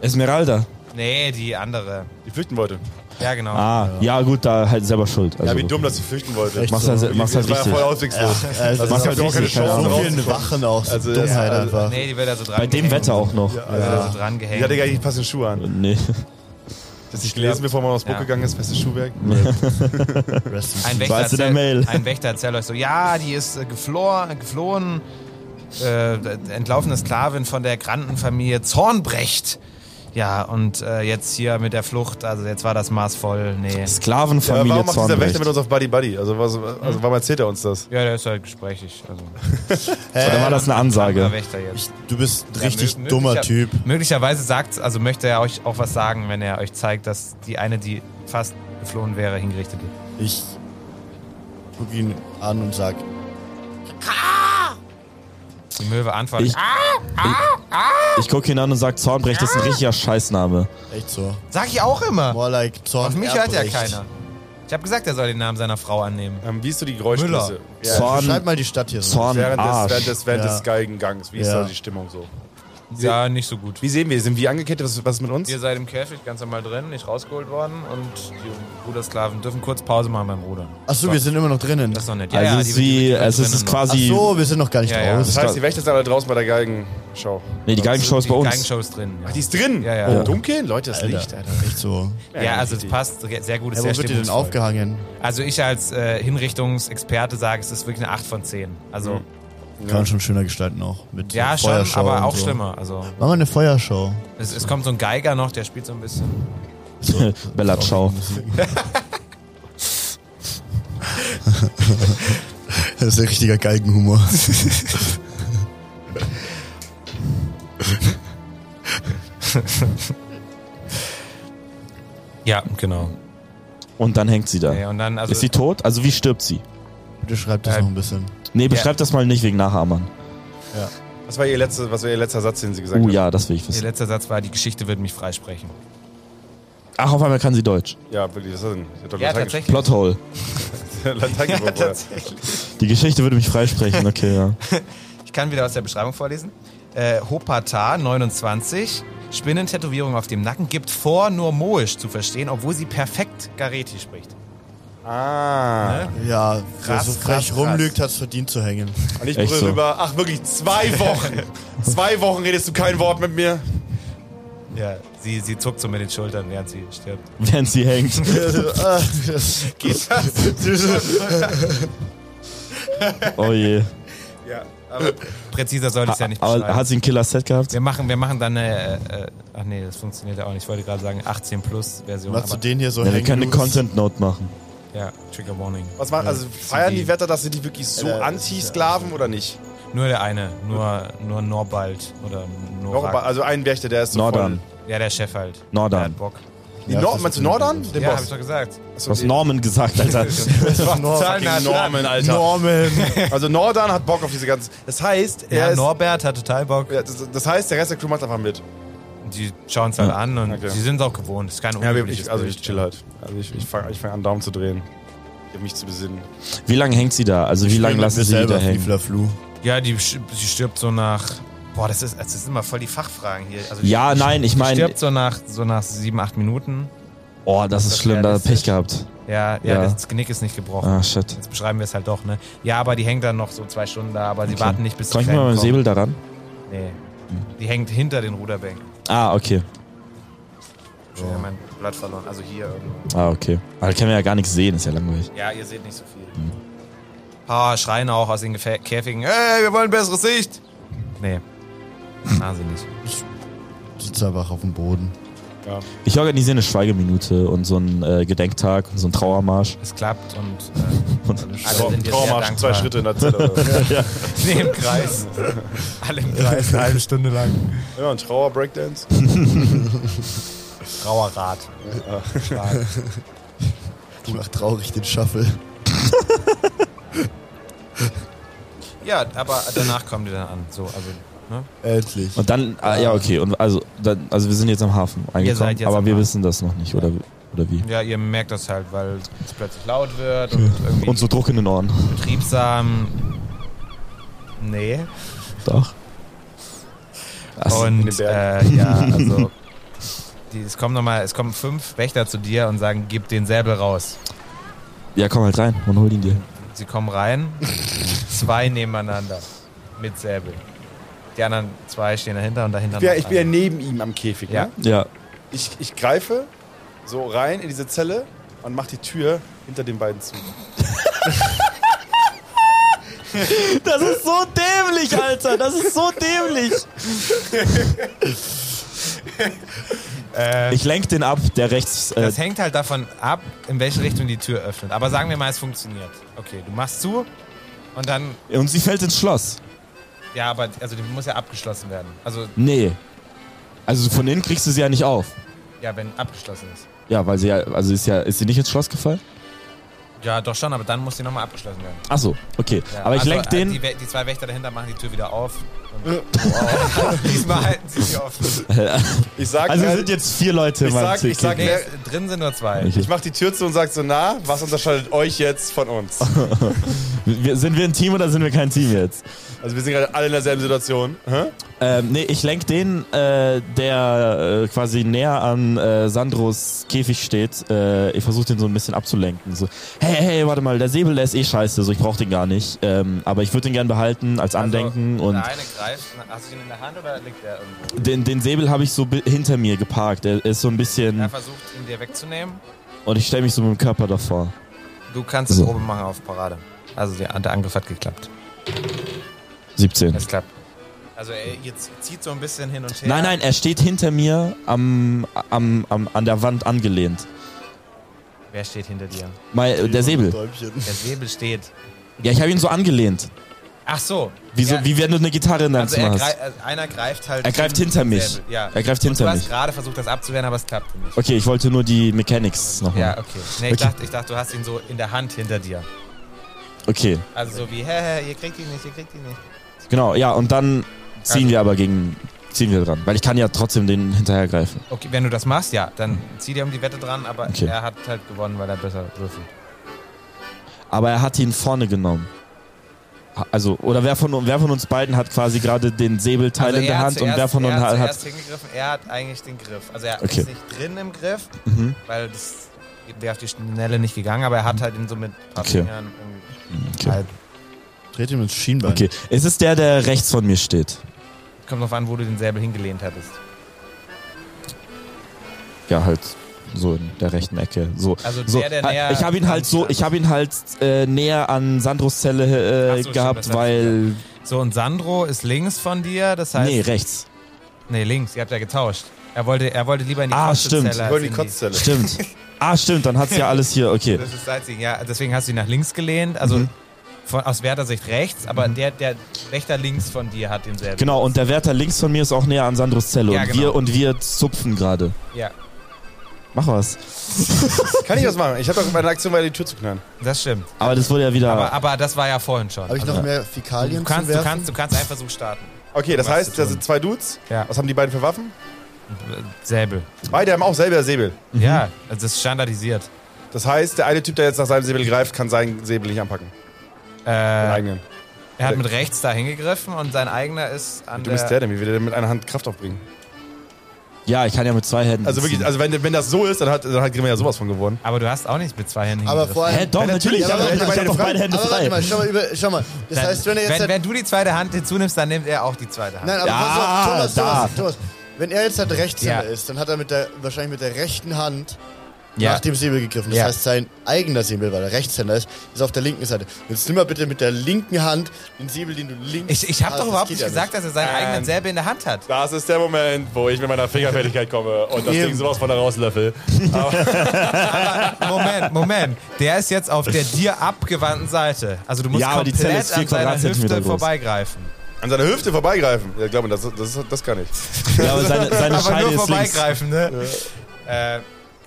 Speaker 4: Esmeralda.
Speaker 3: Nee, die andere.
Speaker 6: Die flüchten wollte.
Speaker 3: Ja, genau.
Speaker 4: Ah, ja. gut, da halt selber schuld. Also,
Speaker 6: ja, wie dumm, dass sie flüchten wollte.
Speaker 5: Echt
Speaker 4: Machst
Speaker 5: so.
Speaker 4: halt, machst halt
Speaker 6: das war ja
Speaker 4: richtig.
Speaker 6: voll auswegslos.
Speaker 5: Also,
Speaker 6: Also,
Speaker 5: das
Speaker 6: ich
Speaker 5: ist
Speaker 6: hab ja auch keine
Speaker 4: halt keine
Speaker 6: Chance
Speaker 5: so
Speaker 4: Ahnung.
Speaker 5: viele
Speaker 6: raus.
Speaker 5: Wachen auch. So
Speaker 6: Also,
Speaker 5: also,
Speaker 6: das-
Speaker 5: Dummheit
Speaker 6: also-
Speaker 5: einfach.
Speaker 3: Nee, die wird also dran
Speaker 4: Bei dem Wetter auch noch. Äh,
Speaker 3: Also dran
Speaker 6: Ich hatte
Speaker 3: gehängt.
Speaker 6: gar nicht die passenden Schuhe an.
Speaker 4: Nee.
Speaker 6: Das ich gelesen, bevor man aufs Buch
Speaker 3: Ja.
Speaker 6: gegangen ist, bestes Schuhwerk.
Speaker 5: Rest
Speaker 3: Ein
Speaker 5: in peace.
Speaker 4: So
Speaker 3: Wächter,
Speaker 4: hast du
Speaker 3: erzählt,
Speaker 4: der Mail.
Speaker 3: ein Wächter erzählt euch so, ja, die ist äh, geflor, geflohen äh, entlaufene Sklavin von der Grandenfamilie Zornbrecht. Ja, und äh, jetzt hier mit der Flucht, also jetzt war das Maß voll. Nee.
Speaker 6: Ja,
Speaker 4: Sklavenfamilie
Speaker 6: warum macht dieser Wächter
Speaker 4: Zornbrecht.
Speaker 6: mit uns auf Buddy Buddy? Also, was, also warum erzählt er uns das?
Speaker 3: Ja, der ist halt gesprächig. Also,
Speaker 4: Oder war das eine
Speaker 3: der
Speaker 4: Ansage?
Speaker 3: Wächter jetzt.
Speaker 5: Du bist ein richtig
Speaker 3: mögen-
Speaker 5: dummer
Speaker 3: möglicher-
Speaker 5: Typ.
Speaker 3: Möglicherweise sagt, also möchte er euch auch was sagen, wenn er euch zeigt, dass die eine, die fast geflohen wäre, hingerichtet wird.
Speaker 5: Ich guck ihn an und sag,
Speaker 3: Die Möwe antwortet. Ah,
Speaker 4: Ich- Ich gucke ihn an und sage, Zornbrecht ist ein richtiger Scheißname.
Speaker 5: echt so.
Speaker 3: Sag ich auch immer.
Speaker 5: More like Zorn.
Speaker 3: Auf mich hört ja
Speaker 5: Erbrecht.
Speaker 3: keiner. Ich habe gesagt, er soll den Namen seiner Frau annehmen.
Speaker 6: Ähm, wie ist so die Geräuschkulisse?
Speaker 3: Müller.
Speaker 6: Ja,
Speaker 5: Schreib
Speaker 4: Zorn,
Speaker 5: mal die Stadt hier so.
Speaker 4: Zorn,
Speaker 6: während des, während
Speaker 4: Arsch.
Speaker 6: des, während
Speaker 5: Ja.
Speaker 6: des Geigengangs. Wie ist
Speaker 5: Ja.
Speaker 6: da die Stimmung so?
Speaker 3: Ja, nicht so gut.
Speaker 6: Wie sehen wir? Sind wir angekettet? Was, was ist mit uns?
Speaker 3: Ihr seid im Käfig ganz normal drin, nicht rausgeholt worden und die Rudersklaven dürfen kurz Pause machen beim Rudern.
Speaker 5: Achso, wir sind immer noch drinnen.
Speaker 3: Das ist doch nett.
Speaker 4: Also es ist wie, es ist es quasi,
Speaker 5: Achso, wir sind noch gar nicht
Speaker 3: Ja, ja.
Speaker 5: raus.
Speaker 6: Das heißt, die Wächter sind alle draußen bei der Geigenschau.
Speaker 4: nee, die Geigenshow ist bei
Speaker 3: Die
Speaker 4: uns.
Speaker 3: Geigenshow ist drin. Ja,
Speaker 6: Die ist drin!
Speaker 3: Ja, ja.
Speaker 6: Oh,
Speaker 3: Ja.
Speaker 6: dunkel? Leute, das
Speaker 5: Alter,
Speaker 6: Licht, Alter.
Speaker 5: Echt so.
Speaker 3: ja, also es passt sehr gut.
Speaker 5: Ja,
Speaker 3: ist sehr
Speaker 5: wo wird dir denn
Speaker 3: stimmungsvoll.
Speaker 5: aufgehangen?
Speaker 3: Also ich als äh, Hinrichtungsexperte sage, es ist wirklich eine 8 von 10. Also
Speaker 5: Kann man schon schöner gestalten auch. Mit
Speaker 3: ja,
Speaker 5: so
Speaker 3: schon,
Speaker 5: Feuershow
Speaker 3: aber
Speaker 5: und
Speaker 3: auch
Speaker 5: so.
Speaker 3: schlimmer. Also
Speaker 5: Machen wir eine Feuershow.
Speaker 3: es, es kommt so ein Geiger noch, der spielt so ein bisschen.
Speaker 4: Bella Ciao.
Speaker 5: Das ist ein richtiger Galgenhumor.
Speaker 3: Ja, genau.
Speaker 4: Und dann hängt sie da.
Speaker 3: Ja, und dann also
Speaker 4: ist sie tot? Also wie stirbt sie?
Speaker 5: Bitte schreib das
Speaker 3: Äh,
Speaker 5: noch ein bisschen.
Speaker 4: Nee, beschreib das mal nicht wegen Nachahmern.
Speaker 6: Was war, ihr letzter, was war ihr letzter Satz, den sie gesagt
Speaker 4: Oh
Speaker 6: hat?
Speaker 4: ja, das will ich
Speaker 3: ihr
Speaker 4: wissen.
Speaker 3: letzter Satz war, die Geschichte wird mich freisprechen.
Speaker 4: Ach, auf einmal kann sie Deutsch.
Speaker 6: Ja, wirklich, was ist denn? Ich hab doch
Speaker 3: Ja,
Speaker 6: Latein
Speaker 3: tatsächlich.
Speaker 4: Plothole.
Speaker 6: gesprochen. Latein gesprochen vorher.
Speaker 4: Die Geschichte würde mich freisprechen, okay, ja.
Speaker 3: Ich kann wieder aus der Beschreibung vorlesen. Äh, Hopata 29. Spinnentätowierung auf dem Nacken gibt vor, nur Moisch zu verstehen, obwohl sie perfekt Gareti spricht.
Speaker 4: Ne?
Speaker 6: Ah.
Speaker 5: Ja,
Speaker 3: Krass,
Speaker 5: wer so frech
Speaker 3: krass,
Speaker 5: rumlügt, hat's verdient zu hängen.
Speaker 6: Und ich
Speaker 4: Echt
Speaker 6: brülle
Speaker 4: so.
Speaker 6: rüber. Ach, wirklich, zwei Wochen. zwei Wochen redest du kein Wort mit mir.
Speaker 3: Ja, sie, sie zuckt so mit den Schultern, während sie stirbt.
Speaker 4: Während sie hängt.
Speaker 5: Ah.
Speaker 6: Geht das?
Speaker 4: Oh je.
Speaker 6: ja, aber
Speaker 3: Präziser soll ich es ja nicht
Speaker 4: Aber
Speaker 3: beschreiben.
Speaker 4: hat sie ein Killer-Set gehabt?
Speaker 3: wir, machen, wir machen dann eine. Äh, äh, ach nee, das funktioniert ja auch nicht. Ich wollte gerade sagen 18 plus Version.
Speaker 5: Machst du
Speaker 3: Aber,
Speaker 5: den hier so
Speaker 4: Ja, wir
Speaker 5: hängen?
Speaker 4: können eine
Speaker 5: los?
Speaker 4: Content-Note machen.
Speaker 3: ja, Trigger Warning.
Speaker 6: was machen, also feiern die Äh, Wetter, dass sie die wirklich so anti-Sklaven oder nicht?
Speaker 3: Nur der eine. Nur, nur Norbald. Oder Norak.
Speaker 6: Europa, also ein Wächter, der ist so
Speaker 4: Nordan.
Speaker 6: voll.
Speaker 3: Ja, der Chef halt.
Speaker 4: Nordan.
Speaker 3: Der hat Bock.
Speaker 6: Die
Speaker 5: Ja,
Speaker 6: Nord,
Speaker 5: das
Speaker 6: meinst du
Speaker 5: ist-
Speaker 6: Nordan? Den
Speaker 3: Ja, hab ich
Speaker 6: Boss?
Speaker 3: doch gesagt.
Speaker 6: Achso,
Speaker 4: Was
Speaker 6: die-
Speaker 4: Norman gesagt, Alter.
Speaker 3: Zahlen
Speaker 6: Fucking
Speaker 3: hat-
Speaker 6: Norman, Alter.
Speaker 5: Norman.
Speaker 6: Also Nordan hat Bock auf diese ganzen. Das heißt, er
Speaker 3: Ja,
Speaker 6: ist.
Speaker 3: Norbert hat total Bock.
Speaker 6: Ja, das, das heißt, der Rest der Crew macht einfach mit.
Speaker 3: Die schauen es halt an und
Speaker 6: Okay.
Speaker 3: sie sind es auch gewohnt. Das ist kein
Speaker 6: Hm. Ja,
Speaker 3: unübliches
Speaker 6: ich, also ich
Speaker 3: Bild.
Speaker 6: chill halt. Also ich, ich fange ich fang an, Daumen zu drehen. Ich hab mich zu besinnen.
Speaker 4: Wie lange hängt sie da? Also wie lange lassen sie die da hängen?
Speaker 5: Fliefler Flu.
Speaker 3: Ja, die, sch- sie stirbt so nach. Boah, das ist, das ist immer voll die Fachfragen hier. Also
Speaker 4: Ja,
Speaker 3: die,
Speaker 4: nein, ich
Speaker 3: die
Speaker 4: meine,
Speaker 3: stirbt so nach, so nach sieben, acht Minuten.
Speaker 4: oh, das ist schlimm, da hat er Pech gehabt.
Speaker 3: Ja, ja,
Speaker 4: Ja.
Speaker 3: das Genick ist nicht gebrochen.
Speaker 4: Ah, shit.
Speaker 3: Jetzt beschreiben wir es halt doch, ne? Ja, aber die hängt dann noch so zwei Stunden da, aber sie warten nicht bis
Speaker 4: Kann
Speaker 3: die
Speaker 4: ich mal
Speaker 3: Fan
Speaker 4: mit dem
Speaker 3: kommen.
Speaker 4: Säbel daran?
Speaker 3: Nee. Die hängt hinter den Ruderbänken.
Speaker 4: Ah, okay.
Speaker 3: Ich hab mein Blatt verloren. Also hier irgendwo.
Speaker 4: Ah, okay. Aber da können wir ja gar nichts sehen, ist ja langweilig.
Speaker 3: Ja, ihr seht nicht so viel. Paar schreien auch aus den Gefä Käfigen. Ey, wir wollen besseres Sicht! Nee. Na, sie nicht.
Speaker 5: Sitzt einfach auf dem Boden.
Speaker 4: Ich organisiere eine Schweigeminute und so einen äh, Gedenktag und so einen Trauermarsch.
Speaker 3: es klappt und äh, alle sind dir sehr
Speaker 6: Traumarsch,
Speaker 3: dankbar.
Speaker 6: zwei Schritte in der Zelle. oder so.
Speaker 3: Nee, im Kreis. Alle im Kreis, eine halbe Stunde lang.
Speaker 6: ja, ein Trauer-Breakdance.
Speaker 3: Trauerrat. Stark.
Speaker 5: Ich mach traurig den Shuffle.
Speaker 3: Ja, aber danach kommen die dann an. So, also, ne?
Speaker 5: Endlich.
Speaker 4: Und dann, ah, ja, okay. Und also, dann, also wir sind jetzt am Hafen angekommen,
Speaker 3: seid jetzt
Speaker 4: aber
Speaker 3: am
Speaker 4: wir
Speaker 3: Hafen.
Speaker 4: wissen das noch nicht, oder, oder wie?
Speaker 3: Ja, ihr merkt das halt, weil es plötzlich laut wird und irgendwie
Speaker 4: Und so Druck in den Ohren.
Speaker 3: betriebsam. Nee.
Speaker 4: Doch. Was?
Speaker 3: Und
Speaker 6: den
Speaker 3: äh, ja, also. Die, es kommen nochmal, es kommen fünf Wächter zu dir und sagen, gib den Säbel raus.
Speaker 4: Ja, komm halt rein und hol ihn dir.
Speaker 3: Sie kommen rein, zwei nebeneinander mit Säbel. Die anderen zwei stehen dahinter und dahinter
Speaker 6: Ja,
Speaker 3: noch
Speaker 6: ich bin ja
Speaker 3: einer.
Speaker 6: neben ihm am Käfig.
Speaker 3: Ja.
Speaker 6: Ne?
Speaker 4: Ja.
Speaker 6: Ich, ich greife so rein in diese Zelle und mach die Tür hinter den beiden zu.
Speaker 4: Das ist so dämlich, Alter. Das ist so dämlich. ich lenk den ab, der rechts. Äh,
Speaker 3: Äh. Das hängt halt davon ab, in welche Richtung die Tür öffnet. Aber sagen wir mal, es funktioniert. Okay, du machst zu und dann,
Speaker 4: und sie fällt ins Schloss.
Speaker 3: ja, aber also die muss ja abgeschlossen werden. Also
Speaker 4: Nee. Also von innen kriegst du sie ja nicht auf.
Speaker 3: ja, wenn abgeschlossen ist.
Speaker 4: Ja, weil sie ja. Also ist ja. Ist sie nicht ins Schloss gefallen?
Speaker 3: Ja, doch schon, aber dann muss die nochmal abgeschlossen werden.
Speaker 4: Ach so, okay.
Speaker 3: Ja,
Speaker 4: Aber ich
Speaker 3: also,
Speaker 4: lenk
Speaker 3: äh,
Speaker 4: den.
Speaker 3: Die, We- die zwei Wächter dahinter machen die Tür wieder auf. Und, Diesmal halten sie sie offen.
Speaker 6: Ich sag,
Speaker 4: also
Speaker 6: äh,
Speaker 4: sind jetzt vier Leute
Speaker 6: ich
Speaker 4: in meinem
Speaker 6: sag, ich
Speaker 4: Ticket.
Speaker 6: sag,
Speaker 3: halt Nee,
Speaker 6: wer-
Speaker 3: es- Äh, drin sind nur zwei.
Speaker 4: Ich-
Speaker 6: ich mach die Tür zu und sag so, na, was unterscheidet euch jetzt von uns?
Speaker 4: Wir, sind wir ein Team oder sind wir kein Team jetzt?
Speaker 6: Also wir sind gerade alle in derselben Situation. Hä?
Speaker 4: Ähm, nee, ich lenk den, äh, der äh, quasi näher an äh, Sandros Käfig steht. Äh, ich versuche den so ein bisschen abzulenken. So, hey, hey, warte mal, der Säbel, der ist eh scheiße, so ich brauche den gar nicht. Ähm, aber ich würde den gern behalten als Andenken
Speaker 3: also,
Speaker 4: und Hm.
Speaker 3: Der eine greift. Hast du ihn in der Hand oder liegt er irgendwo?
Speaker 4: den, den Säbel habe ich so bi- hinter mir geparkt. Er ist so ein bisschen
Speaker 3: Er versucht, ihn dir wegzunehmen.
Speaker 4: und ich stelle mich so mit dem Körper davor.
Speaker 3: Du kannst
Speaker 4: So.
Speaker 3: Probe machen auf Parade. Also der, der Angriff hat geklappt.
Speaker 4: 17.
Speaker 3: Es klappt. Also er jetzt zieht so ein bisschen hin und her.
Speaker 4: Nein, nein, er steht hinter mir am, am, am, an der Wand angelehnt.
Speaker 3: Wer steht hinter dir?
Speaker 4: Mal, der Säbel.
Speaker 5: Däumchen.
Speaker 3: Der Säbel steht.
Speaker 4: Ja, ich habe ihn so angelehnt.
Speaker 3: Ach so.
Speaker 4: Wie, so,
Speaker 3: Ja,
Speaker 4: wie wenn du eine Gitarre in deinem
Speaker 3: also
Speaker 4: Zimmer
Speaker 3: er
Speaker 4: hast.
Speaker 3: grei- also einer greift halt.
Speaker 4: Er greift
Speaker 3: zum
Speaker 4: hinter mich.
Speaker 3: Säbel, Ja.
Speaker 4: Er greift
Speaker 3: Und du
Speaker 4: hinter
Speaker 3: hast
Speaker 4: mich.
Speaker 3: gerade versucht, das abzuwehren, aber es klappte nicht.
Speaker 4: Okay, ich wollte nur die Mechanics nochmal.
Speaker 3: Ja, okay. Nee, ich,
Speaker 4: Okay.
Speaker 3: Dachte, ich dachte, du hast ihn so in der Hand hinter dir.
Speaker 4: Okay,
Speaker 3: Also so wie, hä, hä, ihr kriegt ihn nicht, ihr kriegt ihn nicht.
Speaker 4: genau. Ja, und dann ziehen
Speaker 3: Also-
Speaker 4: wir aber gegen... Ziehen wir dran. Weil ich kann ja trotzdem den hinterhergreifen.
Speaker 3: Okay, wenn du das machst, ja, dann zieh dir um die Wette dran, aber
Speaker 4: Okay.
Speaker 3: er hat halt gewonnen, weil er besser würfelt.
Speaker 4: Aber er hat ihn vorne genommen. Ha- Also, oder wer von, wer von uns beiden hat quasi gerade den Säbelteil
Speaker 3: Also
Speaker 4: in der
Speaker 3: er hat
Speaker 4: Hand und
Speaker 3: zuerst-
Speaker 4: wer von uns
Speaker 3: er
Speaker 4: hat...
Speaker 3: hat zuerst hingegriffen, er hat eigentlich den Griff. Also er
Speaker 4: Okay.
Speaker 3: ist nicht drin im Griff,
Speaker 4: Mhm.
Speaker 3: weil das wäre auf die Schnelle nicht gegangen, aber er hat halt ihn so mit ein paar
Speaker 4: Okay.
Speaker 3: Fingern irgendwie-
Speaker 4: Okay.
Speaker 3: halt.
Speaker 5: Dreht ihm ins Schienbein.
Speaker 4: okay, es ist der, der rechts von mir steht.
Speaker 3: Kommt drauf an, wo du den Säbel hingelehnt hattest.
Speaker 4: ja halt so in der rechten Ecke so
Speaker 3: Also
Speaker 4: so
Speaker 3: der, der
Speaker 4: ha-
Speaker 3: näher
Speaker 4: ich habe ihn halt so ich habe ihn halt äh, näher an Sandros Zelle äh,
Speaker 3: Ach so,
Speaker 4: gehabt
Speaker 3: stimmt, das
Speaker 4: weil
Speaker 3: So, und Sandro ist links von dir, das heißt.
Speaker 4: nee rechts
Speaker 3: Nee, links, ihr habt ja getauscht. Er wollte, er wollte lieber in die
Speaker 4: Ah,
Speaker 3: Kotzzelle
Speaker 4: stimmt.
Speaker 3: als
Speaker 6: Wollen die
Speaker 3: in
Speaker 6: Kotzzelle.
Speaker 4: stimmt ah stimmt dann hat's ja alles hier okay
Speaker 3: Das ist Sightseeing, ja. Deswegen hast du ihn nach links gelehnt. Also
Speaker 5: Mhm.
Speaker 3: von, aus Werder-Sicht rechts, aber der, der Rechter links von dir hat den selben.
Speaker 4: genau und der Wärter links von mir ist auch näher an Sandros Zelle
Speaker 3: Ja,
Speaker 4: und
Speaker 3: genau.
Speaker 4: wir und wir zupfen gerade
Speaker 3: Ja,
Speaker 4: mach was
Speaker 6: Kann ich das machen? Ich habe doch meine Aktion, weil die Tür zu knallen.
Speaker 3: das stimmt.
Speaker 4: aber das wurde ja wieder
Speaker 3: Aber, aber das war ja vorhin schon. Also,
Speaker 5: Habe ich
Speaker 4: Also,
Speaker 5: noch mehr Fäkalien
Speaker 3: du, kannst,
Speaker 5: zu
Speaker 3: du,
Speaker 5: werfen?
Speaker 3: kannst, du kannst einen Versuch starten.
Speaker 6: Okay, das
Speaker 3: Was
Speaker 6: heißt,
Speaker 3: zu
Speaker 6: da
Speaker 3: tun.
Speaker 6: sind zwei Dudes.
Speaker 3: Ja.
Speaker 6: Was haben die beiden für Waffen?
Speaker 3: Säbel.
Speaker 6: Beide haben auch selber Säbel.
Speaker 3: Äh,
Speaker 5: Mhm.
Speaker 3: Ja, also das ist standardisiert.
Speaker 6: Das heißt, der eine Typ, der jetzt nach seinem Säbel greift, kann seinen Säbel nicht anpacken.
Speaker 3: Äh,
Speaker 6: Seinen
Speaker 3: er
Speaker 6: eigenen.
Speaker 3: hat mit rechts da hingegriffen und sein eigener ist an
Speaker 6: Du
Speaker 3: der...
Speaker 6: bist der, denn wie will der denn mit einer Hand Kraft aufbringen?
Speaker 4: ja ich kann ja mit zwei Händen
Speaker 6: Also wirklich,
Speaker 4: ziehen.
Speaker 6: also wenn, wenn das so ist, dann hat, dann hat Grimm ja sowas von gewonnen.
Speaker 3: Aber du hast auch nicht mit zwei Händen
Speaker 5: aber
Speaker 3: hingegriffen.
Speaker 5: vor allem.
Speaker 4: Hä, doch,
Speaker 6: Ja,
Speaker 4: natürlich,
Speaker 6: natürlich,
Speaker 4: ich
Speaker 5: aber-
Speaker 4: habe hab doch beide Hände
Speaker 5: aber warte
Speaker 4: frei.
Speaker 5: mal, schau mal, über, schau mal. Das
Speaker 3: Dann-
Speaker 5: heißt, wenn er jetzt.
Speaker 3: wenn,
Speaker 5: halt-
Speaker 3: wenn du die zweite Hand hinzunimmst, dann nimmt er auch die zweite Hand.
Speaker 5: nein, aber
Speaker 4: Ja,
Speaker 5: Thomas, Thomas,
Speaker 4: da.
Speaker 5: Thomas, Thomas, wenn er jetzt halt Rechtshänder
Speaker 3: Ja.
Speaker 5: ist, dann hat er mit der, wahrscheinlich mit der rechten Hand
Speaker 3: Ja.
Speaker 5: nach dem Säbel gegriffen. Das
Speaker 3: Ja.
Speaker 5: heißt, sein eigener Säbel, weil er Rechtshänder ist, ist auf der linken Seite. Jetzt nimm mal bitte mit der linken Hand den Säbel, den du links
Speaker 3: Ich, ich habe doch
Speaker 5: hast. Ah, Das
Speaker 3: überhaupt
Speaker 5: geht
Speaker 3: nicht
Speaker 5: ja
Speaker 3: gesagt, dass er seinen eigenen Säbel in der Hand hat.
Speaker 6: Das ist der Moment, wo ich mit meiner Fingerfertigkeit komme und das
Speaker 5: Eben.
Speaker 6: Ding sowas von da rauslöffel.
Speaker 3: Moment, Moment. Der ist jetzt auf der dir abgewandten Seite. Also du musst
Speaker 4: Ja, aber die
Speaker 3: komplett
Speaker 4: Zelle ist vier
Speaker 3: an seiner
Speaker 4: Quadratzentimeter
Speaker 3: Hüfte
Speaker 4: groß.
Speaker 3: vorbeigreifen.
Speaker 6: An seiner Hüfte vorbeigreifen. Ja, glaub mir, das, das, das kann ich.
Speaker 4: ja, aber seine, seine
Speaker 3: aber nur
Speaker 4: Scheide ist links
Speaker 3: vorbeigreifen, ne? Ja, äh,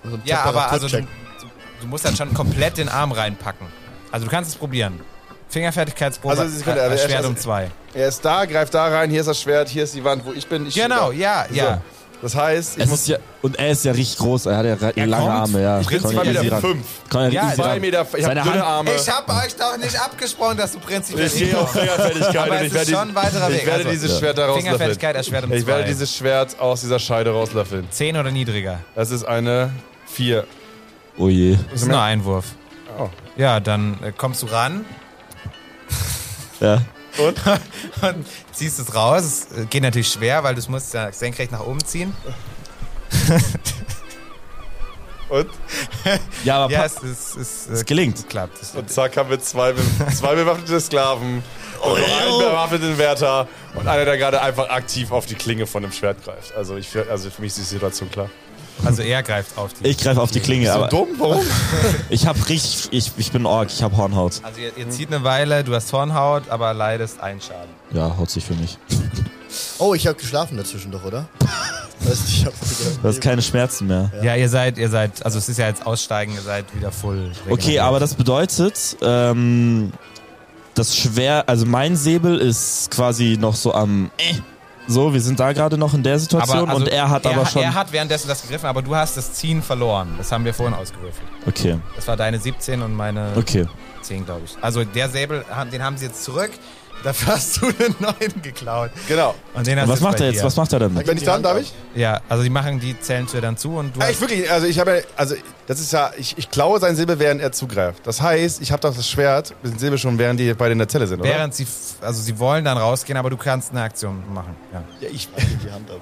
Speaker 5: So ein
Speaker 3: ja
Speaker 5: tapferer
Speaker 3: aber also du,
Speaker 5: Flipcheck.
Speaker 3: du musst dann schon komplett den Arm reinpacken. Also du kannst es probieren. Fingerfertigkeitsprobe,
Speaker 6: Also, sie können-
Speaker 3: äh,
Speaker 6: also,
Speaker 3: Schwert
Speaker 6: also-
Speaker 3: um zwei.
Speaker 6: Er ist da, greift da rein, hier ist das Schwert, hier ist die Wand, wo ich bin. Ich stehe
Speaker 3: Genau,
Speaker 6: da.
Speaker 3: ja, ja.
Speaker 6: So. Das heißt, ich
Speaker 4: es
Speaker 6: muss
Speaker 4: ist ja, und er ist ja richtig groß, er hat ja, re- lange
Speaker 3: komm,
Speaker 4: Arme, ja.
Speaker 6: ich bin
Speaker 4: Komm,
Speaker 6: zwei
Speaker 4: easy
Speaker 6: Meter
Speaker 4: ran.
Speaker 6: fünf.
Speaker 4: Komm, ja,
Speaker 3: Ja,
Speaker 4: easy
Speaker 6: Zwei
Speaker 4: ran.
Speaker 6: Meter, ich habe
Speaker 4: Seine
Speaker 6: dünne
Speaker 4: Hand-
Speaker 6: Arme.
Speaker 3: Ich habe euch doch nicht abgesprochen, dass du prinzipiell
Speaker 6: Ich gehe auf
Speaker 3: hinkommst.
Speaker 6: Fingerfertigkeit
Speaker 3: Aber
Speaker 6: und
Speaker 3: es
Speaker 6: ich
Speaker 3: ist
Speaker 6: werde,
Speaker 3: schon ein weiterer
Speaker 6: ich
Speaker 3: Weg.
Speaker 6: werde
Speaker 3: Also,
Speaker 6: dieses Schwert da rauslöffeln.
Speaker 3: Fingerfertigkeit erschwert um
Speaker 6: Ich werde
Speaker 3: zwei.
Speaker 6: dieses Schwert aus dieser Scheide rauslöffeln.
Speaker 3: Zehn oder niedriger.
Speaker 6: Das ist eine 4.
Speaker 4: Oh je.
Speaker 3: Das ist nur Einwurf.
Speaker 6: Oh.
Speaker 3: Ja, dann äh, kommst du ran
Speaker 4: Ja.
Speaker 3: und ziehst es raus. Es äh, geht natürlich schwer, weil du es musst ja senkrecht nach oben ziehen.
Speaker 6: Und,
Speaker 4: Ja, aber
Speaker 3: Ja,
Speaker 4: pa-
Speaker 3: es, es, es, äh,
Speaker 4: es gelingt.
Speaker 3: klappt. Es,
Speaker 6: und zack haben wir zwei, be- zwei bewaffnete Sklaven Und noch
Speaker 3: oh.
Speaker 6: einen bewaffneten Wärter und einer, der gerade einfach aktiv auf die Klinge von dem Schwert greift. Also, ich, also für mich ist die Situation klar.
Speaker 3: Also er greift auf die.
Speaker 4: Ich greife auf die Klinge,
Speaker 6: So
Speaker 4: aber
Speaker 6: dumm, warum?
Speaker 4: ich hab richtig, ich, ich bin Ork, ich hab Hornhaut.
Speaker 3: Also ihr, ihr zieht eine Weile, du hast Hornhaut, aber leidest einen Schaden.
Speaker 4: Ja, haut sich für mich.
Speaker 5: Oh, ich habe geschlafen dazwischen doch, oder? Weißt du, ich hab wieder-
Speaker 4: Du hast keine Schmerzen mehr.
Speaker 3: Ja, ihr seid, ihr seid, also es ist ja jetzt aussteigen, ihr seid wieder voll.
Speaker 4: Okay, aber das bedeutet, ähm, das Schwert, also mein Säbel ist quasi noch so am. Äh, so, wir sind da gerade noch in der Situation
Speaker 3: also
Speaker 4: und er hat aber schon.
Speaker 3: Er hat währenddessen das gegriffen, aber du hast das Ziehen verloren. Das haben wir vorhin ausgewürfelt.
Speaker 4: okay,
Speaker 3: Das war deine 17 und meine
Speaker 4: okay.
Speaker 3: 10, glaube ich. Also der Säbel, ha- den haben sie jetzt zurück. Dafür hast du den neuen geklaut.
Speaker 6: Genau.
Speaker 3: Und den hast
Speaker 4: Und was
Speaker 3: du
Speaker 4: macht
Speaker 3: bei
Speaker 4: er jetzt?
Speaker 3: dir.
Speaker 4: Was macht er damit?
Speaker 6: Wenn ich dann, darf ich?
Speaker 3: Ja, also die machen die Zellentür dann zu und du
Speaker 6: Ja,
Speaker 3: hast,
Speaker 6: ich wirklich, also ich habe, ja- also das ist ja, ich, ich klaue sein Silber, während er zugreift. Das heißt, ich habe doch das Schwert, den Silber schon, während die beide in der Zelle sind, oder?
Speaker 3: während sie, f- also sie wollen dann rausgehen, aber du kannst eine Aktion machen. Ja.
Speaker 6: Ja, ich,
Speaker 5: Halt die Hand ab.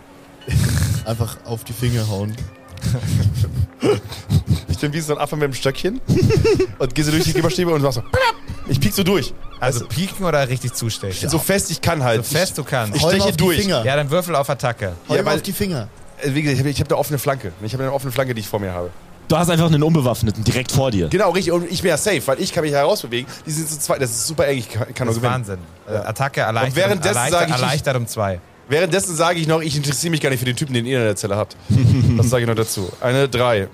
Speaker 5: Einfach auf die Finger hauen.
Speaker 6: ich bin wie so ein Affe mit dem Stöckchen und gehe so durch die Geberstäbe und mach so, plap. ich piek so durch.
Speaker 3: Also pieken oder richtig zustechen?
Speaker 6: So fest ich kann halt.
Speaker 3: So fest du kannst.
Speaker 6: Ich
Speaker 5: Hau ihm
Speaker 6: steche
Speaker 5: auf
Speaker 6: durch.
Speaker 5: Die Finger.
Speaker 3: Ja, dann Würfel auf Attacke.
Speaker 5: Hau
Speaker 6: Ja,
Speaker 5: ihm
Speaker 6: weil-
Speaker 5: auf die Finger.
Speaker 6: Ich, äh, wie gesagt, ich habe ich hab da offene Flanke. Ich habe eine offene Flanke, die ich vor mir habe.
Speaker 4: Du hast einfach einen Unbewaffneten direkt vor dir.
Speaker 6: Genau, richtig. Und ich bin ja safe, weil ich kann mich herausbewegen. Die sind zu zweit. Das ist super eng. Ich kann, kann nur
Speaker 3: Das ist
Speaker 6: gewinnen.
Speaker 3: Wahnsinn. Äh, Attacke erleichtert,
Speaker 6: währenddessen
Speaker 3: erleichtert,
Speaker 6: sag ich-
Speaker 3: erleichtert um zwei.
Speaker 6: Währenddessen sage ich noch, ich interessiere mich gar nicht für den Typen, den ihr in der Zelle habt. Das sage ich noch dazu. Eine 3.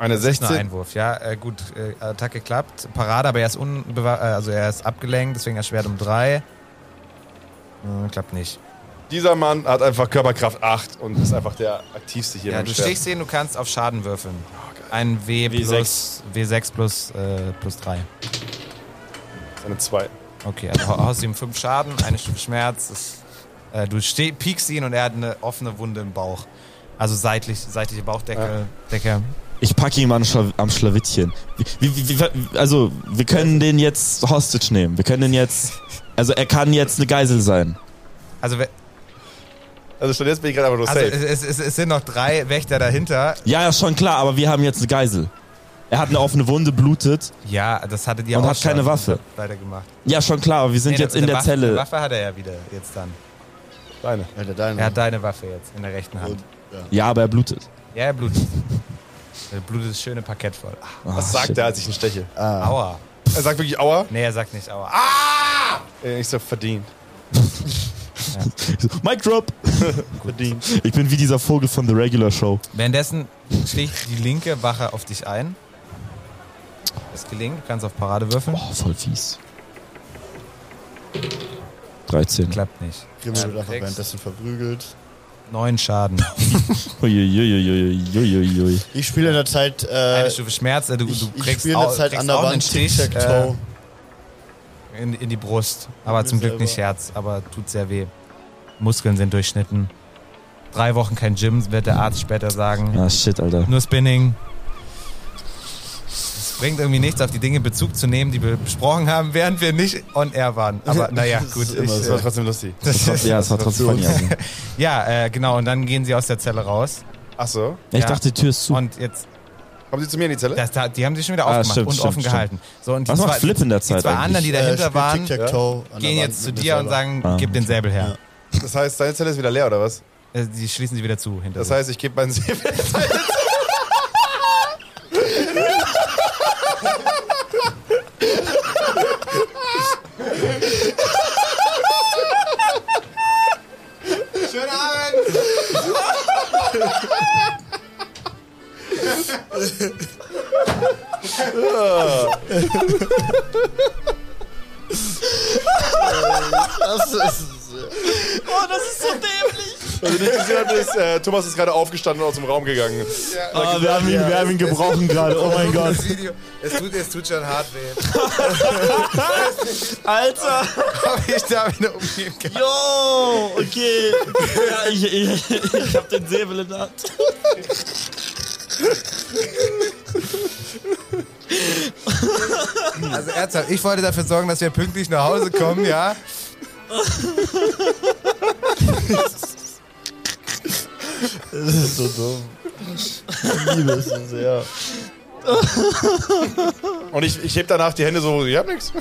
Speaker 6: Eine
Speaker 3: Nur
Speaker 6: 16.
Speaker 3: Einwurf, ja. Äh, gut, äh, Attacke klappt. Parade, aber er ist unbewa- äh, also er ist abgelenkt, deswegen erschwert um drei. Hm, klappt nicht.
Speaker 6: Dieser Mann hat einfach Körperkraft 8 und ist einfach der aktivste hier.
Speaker 3: Ja,
Speaker 6: im
Speaker 3: du
Speaker 6: Schwert.
Speaker 3: stichst ihn, du kannst auf Schaden würfeln.
Speaker 6: Oh,
Speaker 3: Ein W plus
Speaker 4: W6.
Speaker 3: W6 plus, äh, plus 3.
Speaker 6: Eine 2.
Speaker 3: Okay, also hau- haust ihm fünf Schaden, eine Stufe Schmerz. Das, äh, du steh, piekst ihn und er hat eine offene Wunde im Bauch. Also seitlich, seitliche Bauchdecke. Decke.
Speaker 4: Ich packe ihn am, Schla am Schlawittchen. Wie, wie, wie, wie, also, wir können den jetzt hostage nehmen. Wir können den jetzt. Also, er kann jetzt eine Geisel sein.
Speaker 3: Also, we-
Speaker 6: Also statt jetzt bin ich gerade einfach nur
Speaker 3: also
Speaker 6: safe.
Speaker 3: es, es, es, es sind noch drei Wächter dahinter.
Speaker 4: Ja, ja, schon klar, aber wir haben jetzt eine Geisel. Er hat eine offene Wunde, blutet.
Speaker 3: Ja, das hattet ihr
Speaker 4: Und
Speaker 3: auch
Speaker 4: hat keine
Speaker 3: schon
Speaker 4: Waffe.
Speaker 3: weitergemacht.
Speaker 4: Ja, schon klar, aber wir sind
Speaker 3: Nee,
Speaker 4: jetzt in
Speaker 3: eine
Speaker 4: der
Speaker 3: Waffe,
Speaker 4: Zelle.
Speaker 3: Eine Waffe hat er ja wieder jetzt dann. äh,
Speaker 6: Deine.
Speaker 5: Ja, der deine.
Speaker 3: Er hat deine Waffe jetzt in der rechten Hand.
Speaker 4: Ja, aber er blutet.
Speaker 3: Ja, er blutet. Er blutet das schöne Parkett voll. Ah,
Speaker 6: Was sagt er, als ich ihn steche?
Speaker 3: Aua.
Speaker 6: Er sagt wirklich Aua.
Speaker 3: Nee, er sagt nicht Aua. Ah!
Speaker 6: Äh, Ich so, verdient.
Speaker 4: Mic drop! ich bin wie dieser Vogel von The Regular Show.
Speaker 3: Währenddessen schlägt die linke Wache auf dich ein. Das gelingt, du kannst auf Parade würfeln.
Speaker 4: Oh, voll fies. 13.
Speaker 3: Klappt nicht.
Speaker 5: Grimmel wird einfach
Speaker 3: Sechs.
Speaker 5: währenddessen verprügelt.
Speaker 3: Neun Schaden.
Speaker 4: Uiuiuiuiuiui.
Speaker 5: Ich spiele in der Zeit. Äh,
Speaker 3: Eine Stufe Schmerz. äh, Du,
Speaker 5: ich
Speaker 3: du
Speaker 5: ich
Speaker 3: kriegst,
Speaker 5: spiele in
Speaker 3: au-
Speaker 5: der Zeit
Speaker 3: kriegst
Speaker 5: an der
Speaker 3: auch einen
Speaker 5: Wand
Speaker 3: Stich äh,
Speaker 5: Tic-Tac-Toe.
Speaker 3: in, in die Brust. Aber
Speaker 5: Mir
Speaker 3: zum Glück
Speaker 5: selber.
Speaker 3: nicht Herz, aber tut sehr weh. Muskeln sind durchschnitten. Drei Wochen kein Gym, wird der Arzt später sagen.
Speaker 4: Ah, shit, Alter.
Speaker 3: Nur Spinning. Es bringt irgendwie nichts, auf die Dinge Bezug zu nehmen, die wir besprochen haben, während wir nicht on air waren. Aber naja,
Speaker 5: Das
Speaker 3: gut.
Speaker 5: ist
Speaker 3: Ich,
Speaker 5: immer
Speaker 6: Das
Speaker 5: so.
Speaker 6: war
Speaker 3: äh,
Speaker 6: trotzdem lustig.
Speaker 3: das ist,
Speaker 4: Ja, es war trotzdem funny. Also.
Speaker 3: ja äh, genau. Und dann gehen sie aus der Zelle raus.
Speaker 6: Achso.
Speaker 4: Ich
Speaker 3: Ja.
Speaker 4: dachte, die Tür ist zu.
Speaker 3: Und jetzt,
Speaker 6: Kommen Sie zu mir in die Zelle?
Speaker 3: das, da- die haben sie schon wieder
Speaker 4: Ah,
Speaker 3: aufgemacht
Speaker 4: stimmt,
Speaker 3: und
Speaker 4: stimmt,
Speaker 3: offen
Speaker 4: stimmt.
Speaker 3: gehalten. So, und die
Speaker 4: Was macht
Speaker 3: zwei-
Speaker 4: Flip in der
Speaker 3: Die
Speaker 4: Zeit
Speaker 3: zwei anderen, die
Speaker 4: eigentlich?
Speaker 3: dahinter
Speaker 5: spielt
Speaker 3: waren,
Speaker 5: Tic-Tac-Toe an der
Speaker 3: gehen
Speaker 5: Wand
Speaker 3: jetzt zu
Speaker 5: mit mir
Speaker 3: dir und
Speaker 5: selber.
Speaker 3: sagen,
Speaker 4: Ah,
Speaker 3: gib den Säbel her.
Speaker 6: Das heißt, seine Zelle ist wieder leer, oder was?
Speaker 3: Äh, Die schließen sie wieder zu hinter
Speaker 6: Das
Speaker 3: sich.
Speaker 6: heißt, ich gebe meinen Silber.
Speaker 5: Das ist.
Speaker 6: Wenn ihr nicht gesehen habt, ist, äh, Thomas ist gerade aufgestanden und aus dem Raum gegangen.
Speaker 4: Ah, wir, haben ihn, wir haben ihn gebrochen gerade. Oh mein Gott.
Speaker 3: Video. Es tut, es tut schon hart weh.
Speaker 4: Alter!
Speaker 3: Ob ich da wieder umgehen kann.
Speaker 4: Yo! Okay. Ja, ich, ich, ich hab den Säbel in der Hand.
Speaker 3: Also ernsthaft, ich wollte dafür sorgen, dass wir pünktlich nach Hause kommen, ja?
Speaker 5: Das ist so dumm. Ich liebe es so sehr.
Speaker 6: Und ich, ich heb danach die Hände so, ihr habt nichts.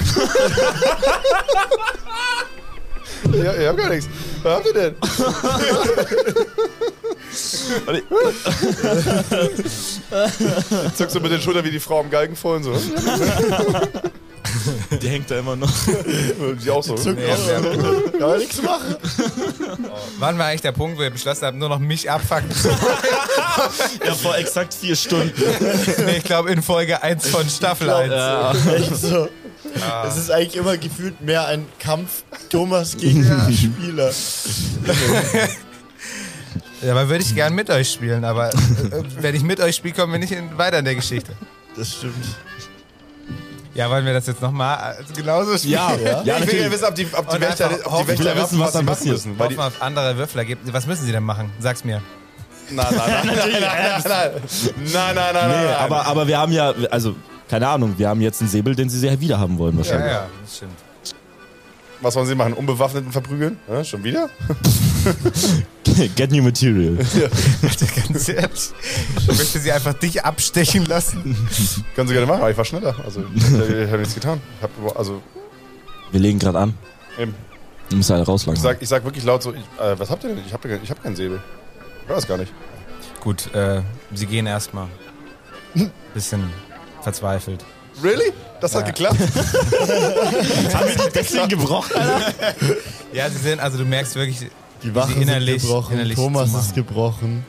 Speaker 6: Ja, ihr habt gar nichts. Was habt ihr denn? Und ich- Zuck so mit den Schultern wie die Frau am Galgen vorhin so.
Speaker 4: Die hängt da immer noch.
Speaker 6: Die auch so.
Speaker 5: Zuck auch so. Kann man nichts machen.
Speaker 3: Wann war eigentlich der Punkt, wo ihr beschlossen habt, nur noch mich abfacken zu
Speaker 4: Ja, vor exakt vier Stunden.
Speaker 3: Nee, ich glaube in Folge 1 von Staffel 1.
Speaker 5: Echt so.
Speaker 3: Ah.
Speaker 5: Es ist eigentlich immer gefühlt mehr ein Kampf Thomas gegen den Spieler.
Speaker 3: Dabei würde ich gern mit euch spielen, aber äh, wenn ich mit euch spiele, kommen wir nicht in, weiter in der Geschichte.
Speaker 5: Das stimmt.
Speaker 3: Ja, wollen wir das jetzt nochmal genauso spielen?
Speaker 4: Ja, ja,
Speaker 6: Ja, ich will ja
Speaker 4: natürlich.
Speaker 6: wissen, ob die, ob die
Speaker 3: Und
Speaker 6: Wächter,
Speaker 3: einfach
Speaker 6: ob die
Speaker 3: hoffen,
Speaker 6: Wächter
Speaker 4: ich will ja wissen, was dann
Speaker 6: sie machen
Speaker 4: passiert.
Speaker 6: müssen. Weil
Speaker 3: Hoffen
Speaker 6: die,
Speaker 3: wir auf andere Würfel geben. Was müssen sie denn machen? Sag's mir.
Speaker 6: Nein, nein, nein, nein, nein, nein, nein, nein, nein, nein,
Speaker 4: Nee,
Speaker 6: nein.
Speaker 4: aber, aber wir haben ja, also, keine Ahnung, wir haben jetzt einen Säbel, den sie sehr wieder haben wollen wahrscheinlich.
Speaker 3: das stimmt.
Speaker 6: Was wollen sie machen? Unbewaffneten verprügeln? Ja, schon wieder?
Speaker 4: Get new material.
Speaker 3: Ganz ehrlich. Ich möchte sie einfach dich abstechen lassen.
Speaker 6: Können sie gerne machen, aber ich war schneller. Also, ich, ich habe nichts getan. Ich hab, über- also,
Speaker 4: Wir legen gerade an.
Speaker 6: Eben.
Speaker 4: Du musst halt raus
Speaker 6: ich,
Speaker 4: langsam.
Speaker 6: sag, ich sag wirklich laut so, ich, äh, was habt ihr denn? Ich habe ich hab keinen Säbel. Ich weiß gar nicht.
Speaker 3: Gut, äh, sie gehen erstmal. Bisschen verzweifelt.
Speaker 6: Really? Das hat geklappt?
Speaker 4: haben wir die Deckeln gebrochen?
Speaker 3: Ja, sie sind, also du merkst wirklich,
Speaker 5: Die Wachen
Speaker 3: innerlich-
Speaker 5: sind gebrochen.
Speaker 3: innerlich
Speaker 5: Thomas
Speaker 3: zu
Speaker 5: ist gebrochen.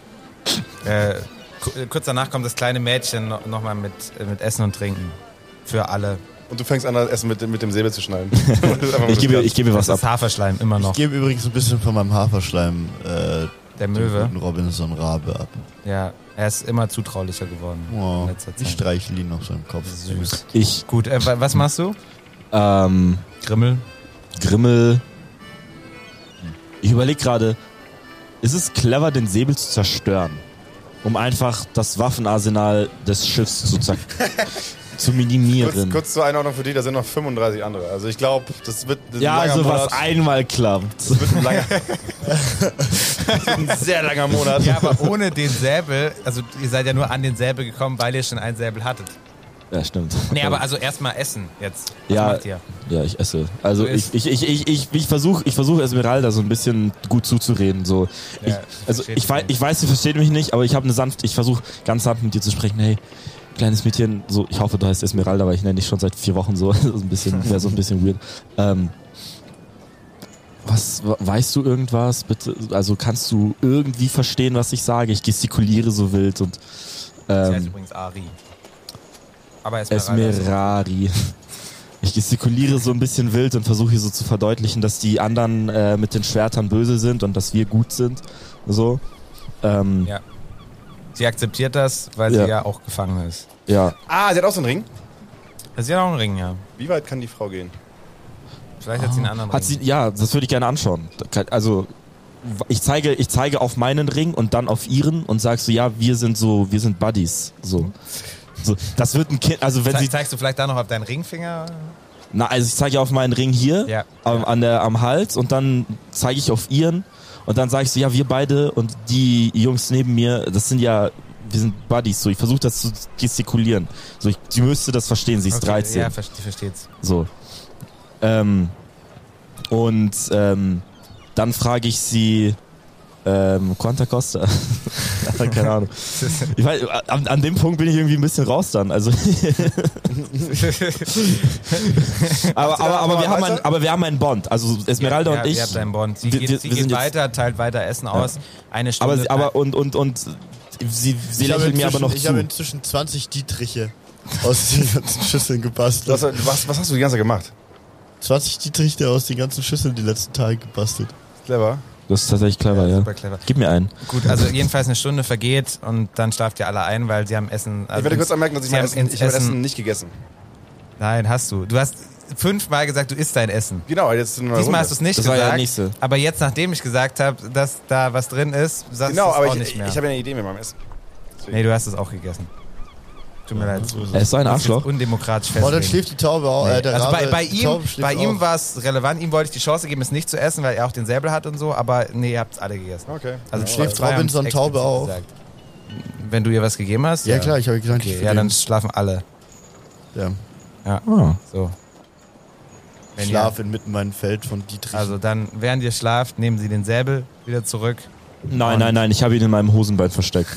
Speaker 3: äh, ku- äh, kurz danach kommt das kleine Mädchen no- nochmal mit, äh, mit Essen und Trinken. Für alle.
Speaker 6: Und du fängst an, das Essen mit, dem- mit dem Säbel zu schneiden. Einfach
Speaker 4: Ich gebe,
Speaker 6: mal
Speaker 4: ich gebe was
Speaker 3: Das
Speaker 4: ab.
Speaker 3: ist Haferschleim immer
Speaker 5: Ich
Speaker 3: noch.
Speaker 5: gebe übrigens ein bisschen von meinem Haferschleim äh,
Speaker 3: Der
Speaker 5: dem
Speaker 3: Möwe.
Speaker 5: guten Robinson Rabe ab.
Speaker 3: Ja, er ist immer zutraulicher geworden in
Speaker 5: Oh,
Speaker 3: letzter
Speaker 5: ich
Speaker 3: Zeit.
Speaker 5: streichle ihn auf seinem Kopf.
Speaker 3: Süß.
Speaker 4: Ich,
Speaker 3: Gut, äh, wa- was machst du?
Speaker 4: ähm,
Speaker 3: Grimmel.
Speaker 4: Grimmel. Ich überlege gerade, ist es clever, den Säbel zu zerstören? Um einfach das Waffenarsenal des Schiffs zu, zer- zu minimieren.
Speaker 6: Kurz, kurz zur Einordnung für die, da sind noch 35 andere. Also ich glaube, das wird das
Speaker 4: ja,
Speaker 6: wird ein langer
Speaker 4: also was
Speaker 6: Monat.
Speaker 4: einmal klappt.
Speaker 6: Das wird ein, langer, ein sehr langer Monat.
Speaker 3: Ja, aber ohne den Säbel, also ihr seid ja nur an den Säbel gekommen, weil ihr schon einen Säbel hattet.
Speaker 4: Ja, stimmt.
Speaker 3: Nee, aber also erstmal essen jetzt. Was
Speaker 4: Ja.
Speaker 3: macht ihr?
Speaker 4: Ja, ich esse. Also
Speaker 3: Du isst.
Speaker 4: ich, ich, ich, ich, ich, ich versuche ich versuch Esmeralda so ein bisschen gut zuzureden. So.
Speaker 3: Ja,
Speaker 4: ich, also
Speaker 3: versteht
Speaker 4: ich, wei-
Speaker 3: mich.
Speaker 4: ich weiß, sie versteht mich nicht, aber ich habe eine sanft, ich versuche ganz sanft mit dir zu sprechen. Hey, kleines Mädchen, so ich hoffe, du heißt Esmeralda, weil ich nenne dich schon seit vier Wochen so. Das ist ein bisschen, wäre so ein bisschen weird. Ähm, was we- weißt du irgendwas? Bitte, also kannst du irgendwie verstehen, was ich sage? Ich gestikuliere so wild und
Speaker 3: Sie heißt
Speaker 4: ähm,
Speaker 3: übrigens Ari. Aber Esmeralda. ist-
Speaker 4: Esmerari. Ich gestikuliere so ein bisschen wild und versuche hier so zu verdeutlichen, dass die anderen äh, mit den Schwertern böse sind und dass wir gut sind. So. Ähm,
Speaker 3: Ja. Sie akzeptiert das, weil
Speaker 4: Ja.
Speaker 3: sie ja auch gefangen ist.
Speaker 4: ja.
Speaker 6: Ah, sie hat auch so einen Ring.
Speaker 3: Also sie hat auch einen Ring, ja.
Speaker 6: Wie weit kann die Frau gehen?
Speaker 3: Vielleicht hat sie einen anderen
Speaker 4: Ah. Hat
Speaker 3: Ring.
Speaker 4: sie, ja, das würde ich gerne anschauen. Also ich zeige, ich zeige auf meinen Ring und dann auf ihren und sagst so, ja, wir sind so, wir sind Buddies. So. So, das wird ein Kind, also wenn
Speaker 3: Ze
Speaker 4: sie,
Speaker 3: zeigst du vielleicht da noch auf deinen Ringfinger?
Speaker 4: na, also ich zeige auf meinen Ring hier,
Speaker 3: Ja.
Speaker 4: am, an der, am Hals und dann zeige ich auf ihren und dann sage ich so, ja, wir beide und die Jungs neben mir, das sind ja, wir sind Buddies, so ich versuche das zu gestikulieren. So, ich, sie müsste das verstehen, sie ist
Speaker 3: Okay,
Speaker 4: 13.
Speaker 3: Ja, verste- versteht's.
Speaker 4: So. Ähm, und ähm, dann frage ich sie, ähm, Quanta Costa? Keine Ahnung. Ich weiß, an, an dem Punkt bin ich irgendwie ein bisschen raus dann. Also aber, aber, aber, wir haben ein, aber wir haben einen Bond. Also Esmeralda
Speaker 3: ja,
Speaker 4: und ich.
Speaker 3: Ihr habt einen Bond. Sie
Speaker 4: wir-
Speaker 3: geht,
Speaker 4: wir-
Speaker 3: sie
Speaker 4: wir sind
Speaker 3: geht
Speaker 4: jetzt-
Speaker 3: weiter, teilt weiter Essen aus. Eine Stunde.
Speaker 4: aber, aber und, und, und sie, sie
Speaker 5: Ich habe
Speaker 4: lächelt mir aber
Speaker 5: inzwischen-
Speaker 4: noch
Speaker 5: Ich
Speaker 4: zu.
Speaker 5: habe inzwischen 20 Dietriche aus den ganzen Schüsseln
Speaker 6: Du hast,
Speaker 5: gebastelt.
Speaker 6: was, was hast du die ganze Zeit gemacht?
Speaker 5: 20 Dietriche aus den ganzen Schüsseln die letzten Tage gebastelt. Oh,
Speaker 6: Clever.
Speaker 4: Das ist tatsächlich clever, ja.
Speaker 3: Super clever.
Speaker 4: Gib mir einen.
Speaker 3: Gut, also jedenfalls eine Stunde vergeht und dann schlaft ihr alle ein, weil sie haben Essen. Also
Speaker 6: ich werde kurz anmerken, dass ich
Speaker 3: Sie
Speaker 6: mein
Speaker 3: haben
Speaker 6: Essen,
Speaker 3: ins
Speaker 6: ich hab
Speaker 3: Essen-
Speaker 6: Essen nicht gegessen.
Speaker 3: Nein, hast du. Du hast fünfmal gesagt, du isst dein Essen.
Speaker 6: Genau, jetzt in einer
Speaker 3: Diesmal hast
Speaker 6: Runde.
Speaker 3: du es nicht
Speaker 4: Das war
Speaker 3: gesagt.
Speaker 4: ja der nächste.
Speaker 3: Aber jetzt, nachdem ich gesagt habe, dass da was drin ist, sagst
Speaker 6: Genau,
Speaker 3: du es auch
Speaker 6: aber ich,
Speaker 3: nicht
Speaker 6: ich
Speaker 3: mehr.
Speaker 6: habe ja eine Idee mit meinem Essen.
Speaker 3: nee, du hast es auch gegessen. Tut mir leid.
Speaker 4: Er Äh, ist so ein
Speaker 3: Das ist
Speaker 4: Arschloch.
Speaker 3: Undemokratisch
Speaker 5: Oh, dann
Speaker 3: festlegen.
Speaker 5: schläft die Taube auch. Äh, der
Speaker 3: also bei,
Speaker 5: Rabe-
Speaker 3: bei
Speaker 5: die
Speaker 3: ihm,
Speaker 5: Taube schläft
Speaker 3: bei ihm
Speaker 5: auch.
Speaker 3: war es relevant. Ihm wollte ich die Chance geben, es nicht zu essen, weil er auch den Säbel hat und so. Aber nee, ihr habt es alle gegessen.
Speaker 6: Okay.
Speaker 3: Also
Speaker 5: schläft
Speaker 3: zwei haben's
Speaker 5: Robinson Taube
Speaker 3: explizit
Speaker 5: auch?
Speaker 3: gesagt. wenn du ihr was gegeben hast?
Speaker 5: Ja, klar, ich habe gesagt, ich
Speaker 3: Okay,
Speaker 5: für
Speaker 3: ja,
Speaker 5: den-
Speaker 3: dann schlafen alle.
Speaker 5: ja.
Speaker 4: Ah.
Speaker 3: So. Wenn
Speaker 5: Schlaf inmitten mein Feld von Dietrich.
Speaker 3: Ihr, also dann, während ihr schlaft, nehmen sie den Säbel wieder zurück.
Speaker 4: Nein, nein, nein, ich habe ihn in meinem Hosenbein versteckt.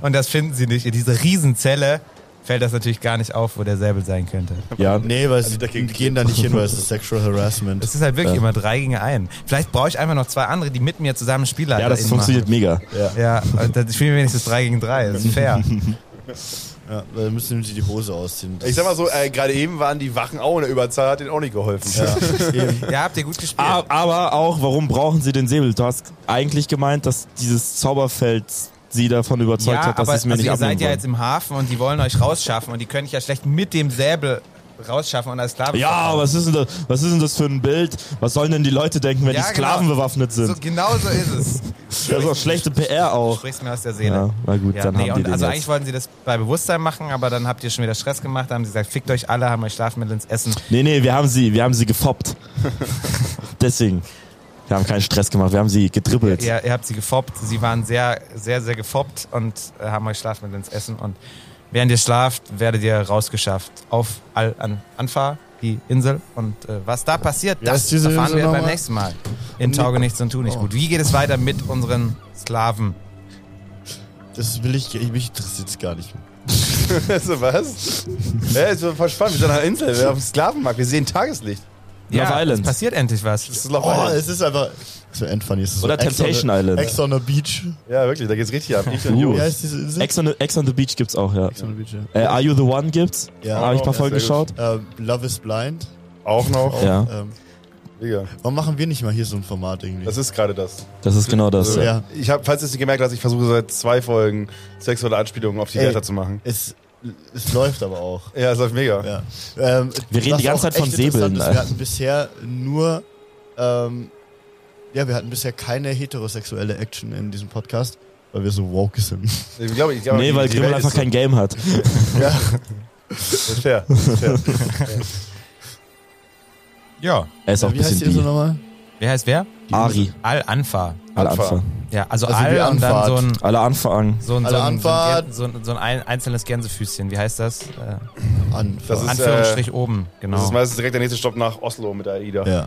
Speaker 3: Und das finden sie nicht. In dieser Riesenzelle fällt das natürlich gar nicht auf, wo der Säbel sein könnte.
Speaker 4: Ja,
Speaker 5: nee, weil
Speaker 3: Also
Speaker 5: sie gehen da nicht hin, weil es ist Sexual Harassment.
Speaker 3: Es ist halt wirklich immer drei gegen einen. Vielleicht brauche ich einfach noch zwei andere, die mit mir zusammen Spieler
Speaker 4: ja das funktioniert mega.
Speaker 3: Ja, und dann spielen wir wenigstens drei gegen drei. Das ist fair.
Speaker 5: Ja, weil dann müssen sie die Hose ausziehen. Das
Speaker 6: Ich sag mal so, äh, gerade eben waren die Wachen auch in der Überzahl, hat ihnen auch nicht geholfen.
Speaker 3: ja, habt ihr gut gespielt.
Speaker 4: A- Aber auch, warum brauchen sie den Säbel? Du hast eigentlich gemeint, dass dieses Zauberfeld sie davon überzeugt
Speaker 3: ja,
Speaker 4: hat, dass
Speaker 3: aber
Speaker 4: sie es mir
Speaker 3: also
Speaker 4: nicht
Speaker 3: ihr seid
Speaker 4: abnehmen
Speaker 3: ja
Speaker 4: wollen.
Speaker 3: jetzt im Hafen und die wollen euch rausschaffen und die können ich ja schlecht mit dem Säbel rausschaffen und als Sklave.
Speaker 4: Ja,
Speaker 3: verkaufen.
Speaker 4: was ist, denn das, was ist denn das für ein Bild? Was sollen denn die Leute denken, wenn
Speaker 3: Ja,
Speaker 4: die Sklaven
Speaker 3: genau.
Speaker 4: bewaffnet sind?
Speaker 3: So, genau so ist es.
Speaker 4: das ist auch schlechte PR
Speaker 3: Du
Speaker 4: auch.
Speaker 3: sprichst mir aus der
Speaker 4: Ja,
Speaker 3: Seele.
Speaker 4: na gut,
Speaker 3: Ja,
Speaker 4: dann
Speaker 3: nee,
Speaker 4: haben die
Speaker 3: und
Speaker 4: den
Speaker 3: also
Speaker 4: jetzt.
Speaker 3: eigentlich wollten sie das bei Bewusstsein machen, aber dann habt ihr schon wieder Stress gemacht, haben sie gesagt, fickt euch alle, haben euch Schlafmittel ins Essen.
Speaker 4: Nee, nee, wir haben sie, wir haben sie gefoppt. Deswegen. Wir haben keinen Stress gemacht, wir haben sie gedribbelt.
Speaker 3: Ihr, ihr habt sie gefoppt. Sie waren sehr, sehr, sehr gefoppt und äh, haben euch Schlafmittel ins Essen. Und während ihr schlaft, werdet ihr rausgeschafft auf Al an Anfa, die Insel. Und äh, was da passiert, das
Speaker 5: heißt diese
Speaker 3: erfahren
Speaker 5: Insel
Speaker 3: wir beim
Speaker 5: nochmal?
Speaker 3: nächsten Mal. In Taugenichts und Tunicht. Gut, wie geht es weiter mit unseren Sklaven?
Speaker 5: Das will ich, ich mich interessiert es gar nicht.
Speaker 6: Oh, Also was? Ja, ist voll spannend. Wir sind an einer Insel, wir sind auf dem Sklavenmarkt, wir sehen Tageslicht.
Speaker 4: Love Island.
Speaker 3: es passiert endlich was.
Speaker 6: Das ist Love
Speaker 5: Oh,
Speaker 6: Island.
Speaker 5: es ist einfach so endfunny. Es ist
Speaker 4: Oder
Speaker 5: so Ex on the-
Speaker 4: Temptation Island.
Speaker 5: Ex on the Beach.
Speaker 6: Ja, wirklich, da geht's richtig ab. Ich und
Speaker 4: Uh.
Speaker 5: Wie
Speaker 6: Jungs.
Speaker 5: heißt diese Insel?
Speaker 4: Ex, on the, Ex on the Beach gibt's auch, ja.
Speaker 5: Ex on the Beach, ja.
Speaker 4: Äh, Are You the One gibt's?
Speaker 5: Ja.
Speaker 4: Habe ich ein paar
Speaker 6: Ja,
Speaker 4: Folgen
Speaker 6: sehr gut.
Speaker 4: geschaut.
Speaker 5: Ähm, Love is Blind.
Speaker 6: Auch noch.
Speaker 4: Ja.
Speaker 5: Ähm,
Speaker 6: Digga.
Speaker 5: warum machen wir nicht mal hier so ein Format irgendwie?
Speaker 6: Das ist gerade das.
Speaker 4: Das ist genau das.
Speaker 5: Also,
Speaker 4: Ja.
Speaker 5: ja.
Speaker 6: Ich habe, falls du es nicht gemerkt hast, ich versuche seit zwei Folgen sexuelle Anspielungen auf die
Speaker 5: Ey.
Speaker 6: Delta zu machen.
Speaker 5: es, es läuft aber auch.
Speaker 6: Ja, das läuft mega.
Speaker 5: Ja. Ähm,
Speaker 4: Wir reden
Speaker 5: was
Speaker 4: die ganze
Speaker 5: auch
Speaker 4: Zeit von
Speaker 5: echt
Speaker 4: Säbeln,
Speaker 5: interessant ist,
Speaker 4: Alter.
Speaker 5: Wir hatten bisher nur, ähm, ja, wir hatten bisher keine heterosexuelle Action in diesem Podcast, weil wir so woke sind.
Speaker 6: Ich glaube, ich glaube,
Speaker 4: Nee, weil Grimmel einfach kein Game hat.
Speaker 6: kein. Fair. fair.
Speaker 3: Ja.
Speaker 4: Er ist auch ein
Speaker 5: Äh, Wie heißt die
Speaker 4: bisschen
Speaker 5: Insel
Speaker 4: bi.
Speaker 5: nochmal?
Speaker 3: Wer heißt wer?
Speaker 4: Ari.
Speaker 3: Al Anfa.
Speaker 4: Alle
Speaker 6: Anfa.
Speaker 4: Anfang.
Speaker 3: Ja, also,
Speaker 5: Also wie
Speaker 3: Al und dann
Speaker 5: Anfahrt.
Speaker 3: so ein,
Speaker 4: Alle Anfang.
Speaker 3: so ein, so
Speaker 5: Alle
Speaker 3: ein, so ein,
Speaker 5: Anfahrt.
Speaker 3: Gän- so ein, so ein einzelnes Gänsefüßchen. Wie heißt das? Äh,
Speaker 5: An.
Speaker 6: Das ist,
Speaker 3: Anführungsstrich oben, genau.
Speaker 6: Das ist meistens direkt der nächste Stopp nach Oslo mit der AIDA.
Speaker 5: ja,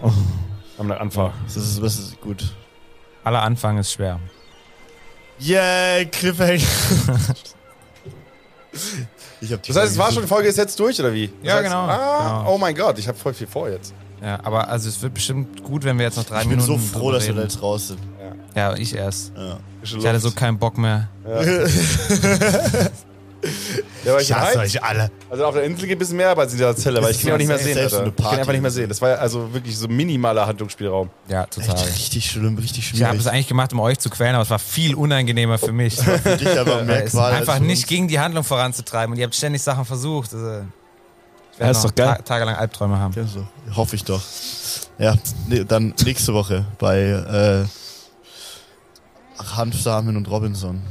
Speaker 6: Am Anfang.
Speaker 5: das ist, das ist gut.
Speaker 3: Aller Anfang ist schwer.
Speaker 5: Yay, Cliffhanger. ich hab die
Speaker 6: Das heißt, es war schon,
Speaker 5: Folge
Speaker 6: die Folge ist jetzt durch, oder wie? Das
Speaker 3: Ja,
Speaker 6: heißt,
Speaker 3: genau.
Speaker 6: Ah,
Speaker 3: Genau.
Speaker 6: Oh mein Gott, ich habe voll viel vor jetzt.
Speaker 3: Ja, aber also es wird bestimmt gut, wenn wir jetzt noch drei
Speaker 5: Ich bin
Speaker 3: Minuten.
Speaker 5: so froh,
Speaker 3: drüber
Speaker 5: dass wir da
Speaker 3: reden.
Speaker 5: jetzt raus sind.
Speaker 3: Ja, ich erst.
Speaker 5: Ja.
Speaker 3: Ich hatte so keinen Bock mehr.
Speaker 6: ja, war ich hyped.
Speaker 5: alle.
Speaker 6: Also auf der Insel geht ein bisschen mehr, aber in dieser Zelle, weil ich kann ihn auch nicht mehr sehen,
Speaker 5: Selbst
Speaker 6: Alter.
Speaker 5: eine
Speaker 6: Ich kann ihn einfach
Speaker 5: Party.
Speaker 6: nicht mehr sehen. Das war ja also wirklich so minimaler Handlungsspielraum.
Speaker 3: Ja, total.
Speaker 5: Echt richtig schlimm, richtig
Speaker 3: Ich habe
Speaker 5: schwierig.
Speaker 3: es eigentlich gemacht, um euch zu quälen, aber es war viel unangenehmer für mich.
Speaker 5: für dich aber
Speaker 3: Weil
Speaker 5: mehr
Speaker 3: es
Speaker 5: Qual. als
Speaker 3: einfach
Speaker 5: für
Speaker 3: nicht
Speaker 5: uns.
Speaker 3: gegen die Handlung voranzutreiben und ihr habt ständig Sachen versucht. Also, ich
Speaker 4: Ja,
Speaker 3: werde
Speaker 4: ist
Speaker 3: noch
Speaker 4: doch geil.
Speaker 3: Ta tagelang Albträume haben.
Speaker 5: Ja, so. Hoffe ich doch. Ja, nee, dann nächste Woche bei äh, Hanfsamen und Robinson.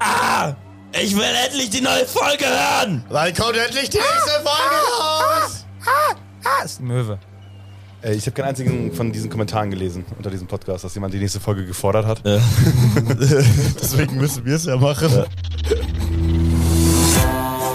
Speaker 4: Ah! Ich will endlich die neue Folge hören!
Speaker 5: Wann kommt endlich die nächste Folge raus?
Speaker 3: Ah, ist ein Möwe.
Speaker 6: Äh, ich habe keinen einzigen von diesen Kommentaren gelesen unter diesem Podcast, dass jemand die nächste Folge gefordert hat.
Speaker 4: Ah!
Speaker 5: Deswegen müssen wir es ja machen.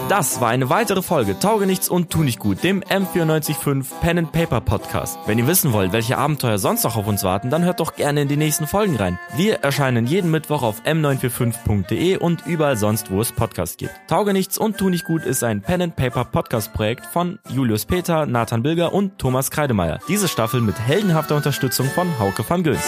Speaker 8: Das war eine weitere Folge Taugenichts und Tu nicht gut, dem M945 Pen and Paper Podcast. Wenn ihr wissen wollt, welche Abenteuer sonst noch auf uns warten, dann hört doch gerne in die nächsten Folgen rein. Wir erscheinen jeden Mittwoch auf m945.de und überall sonst, wo es Podcasts gibt. Taugenichts und Tu nicht gut ist ein Pen and Paper Podcast Projekt von Julius Peter, Nathan Bilger und Thomas Kreidemeier. Diese Staffel mit heldenhafter Unterstützung von Hauke van Göns.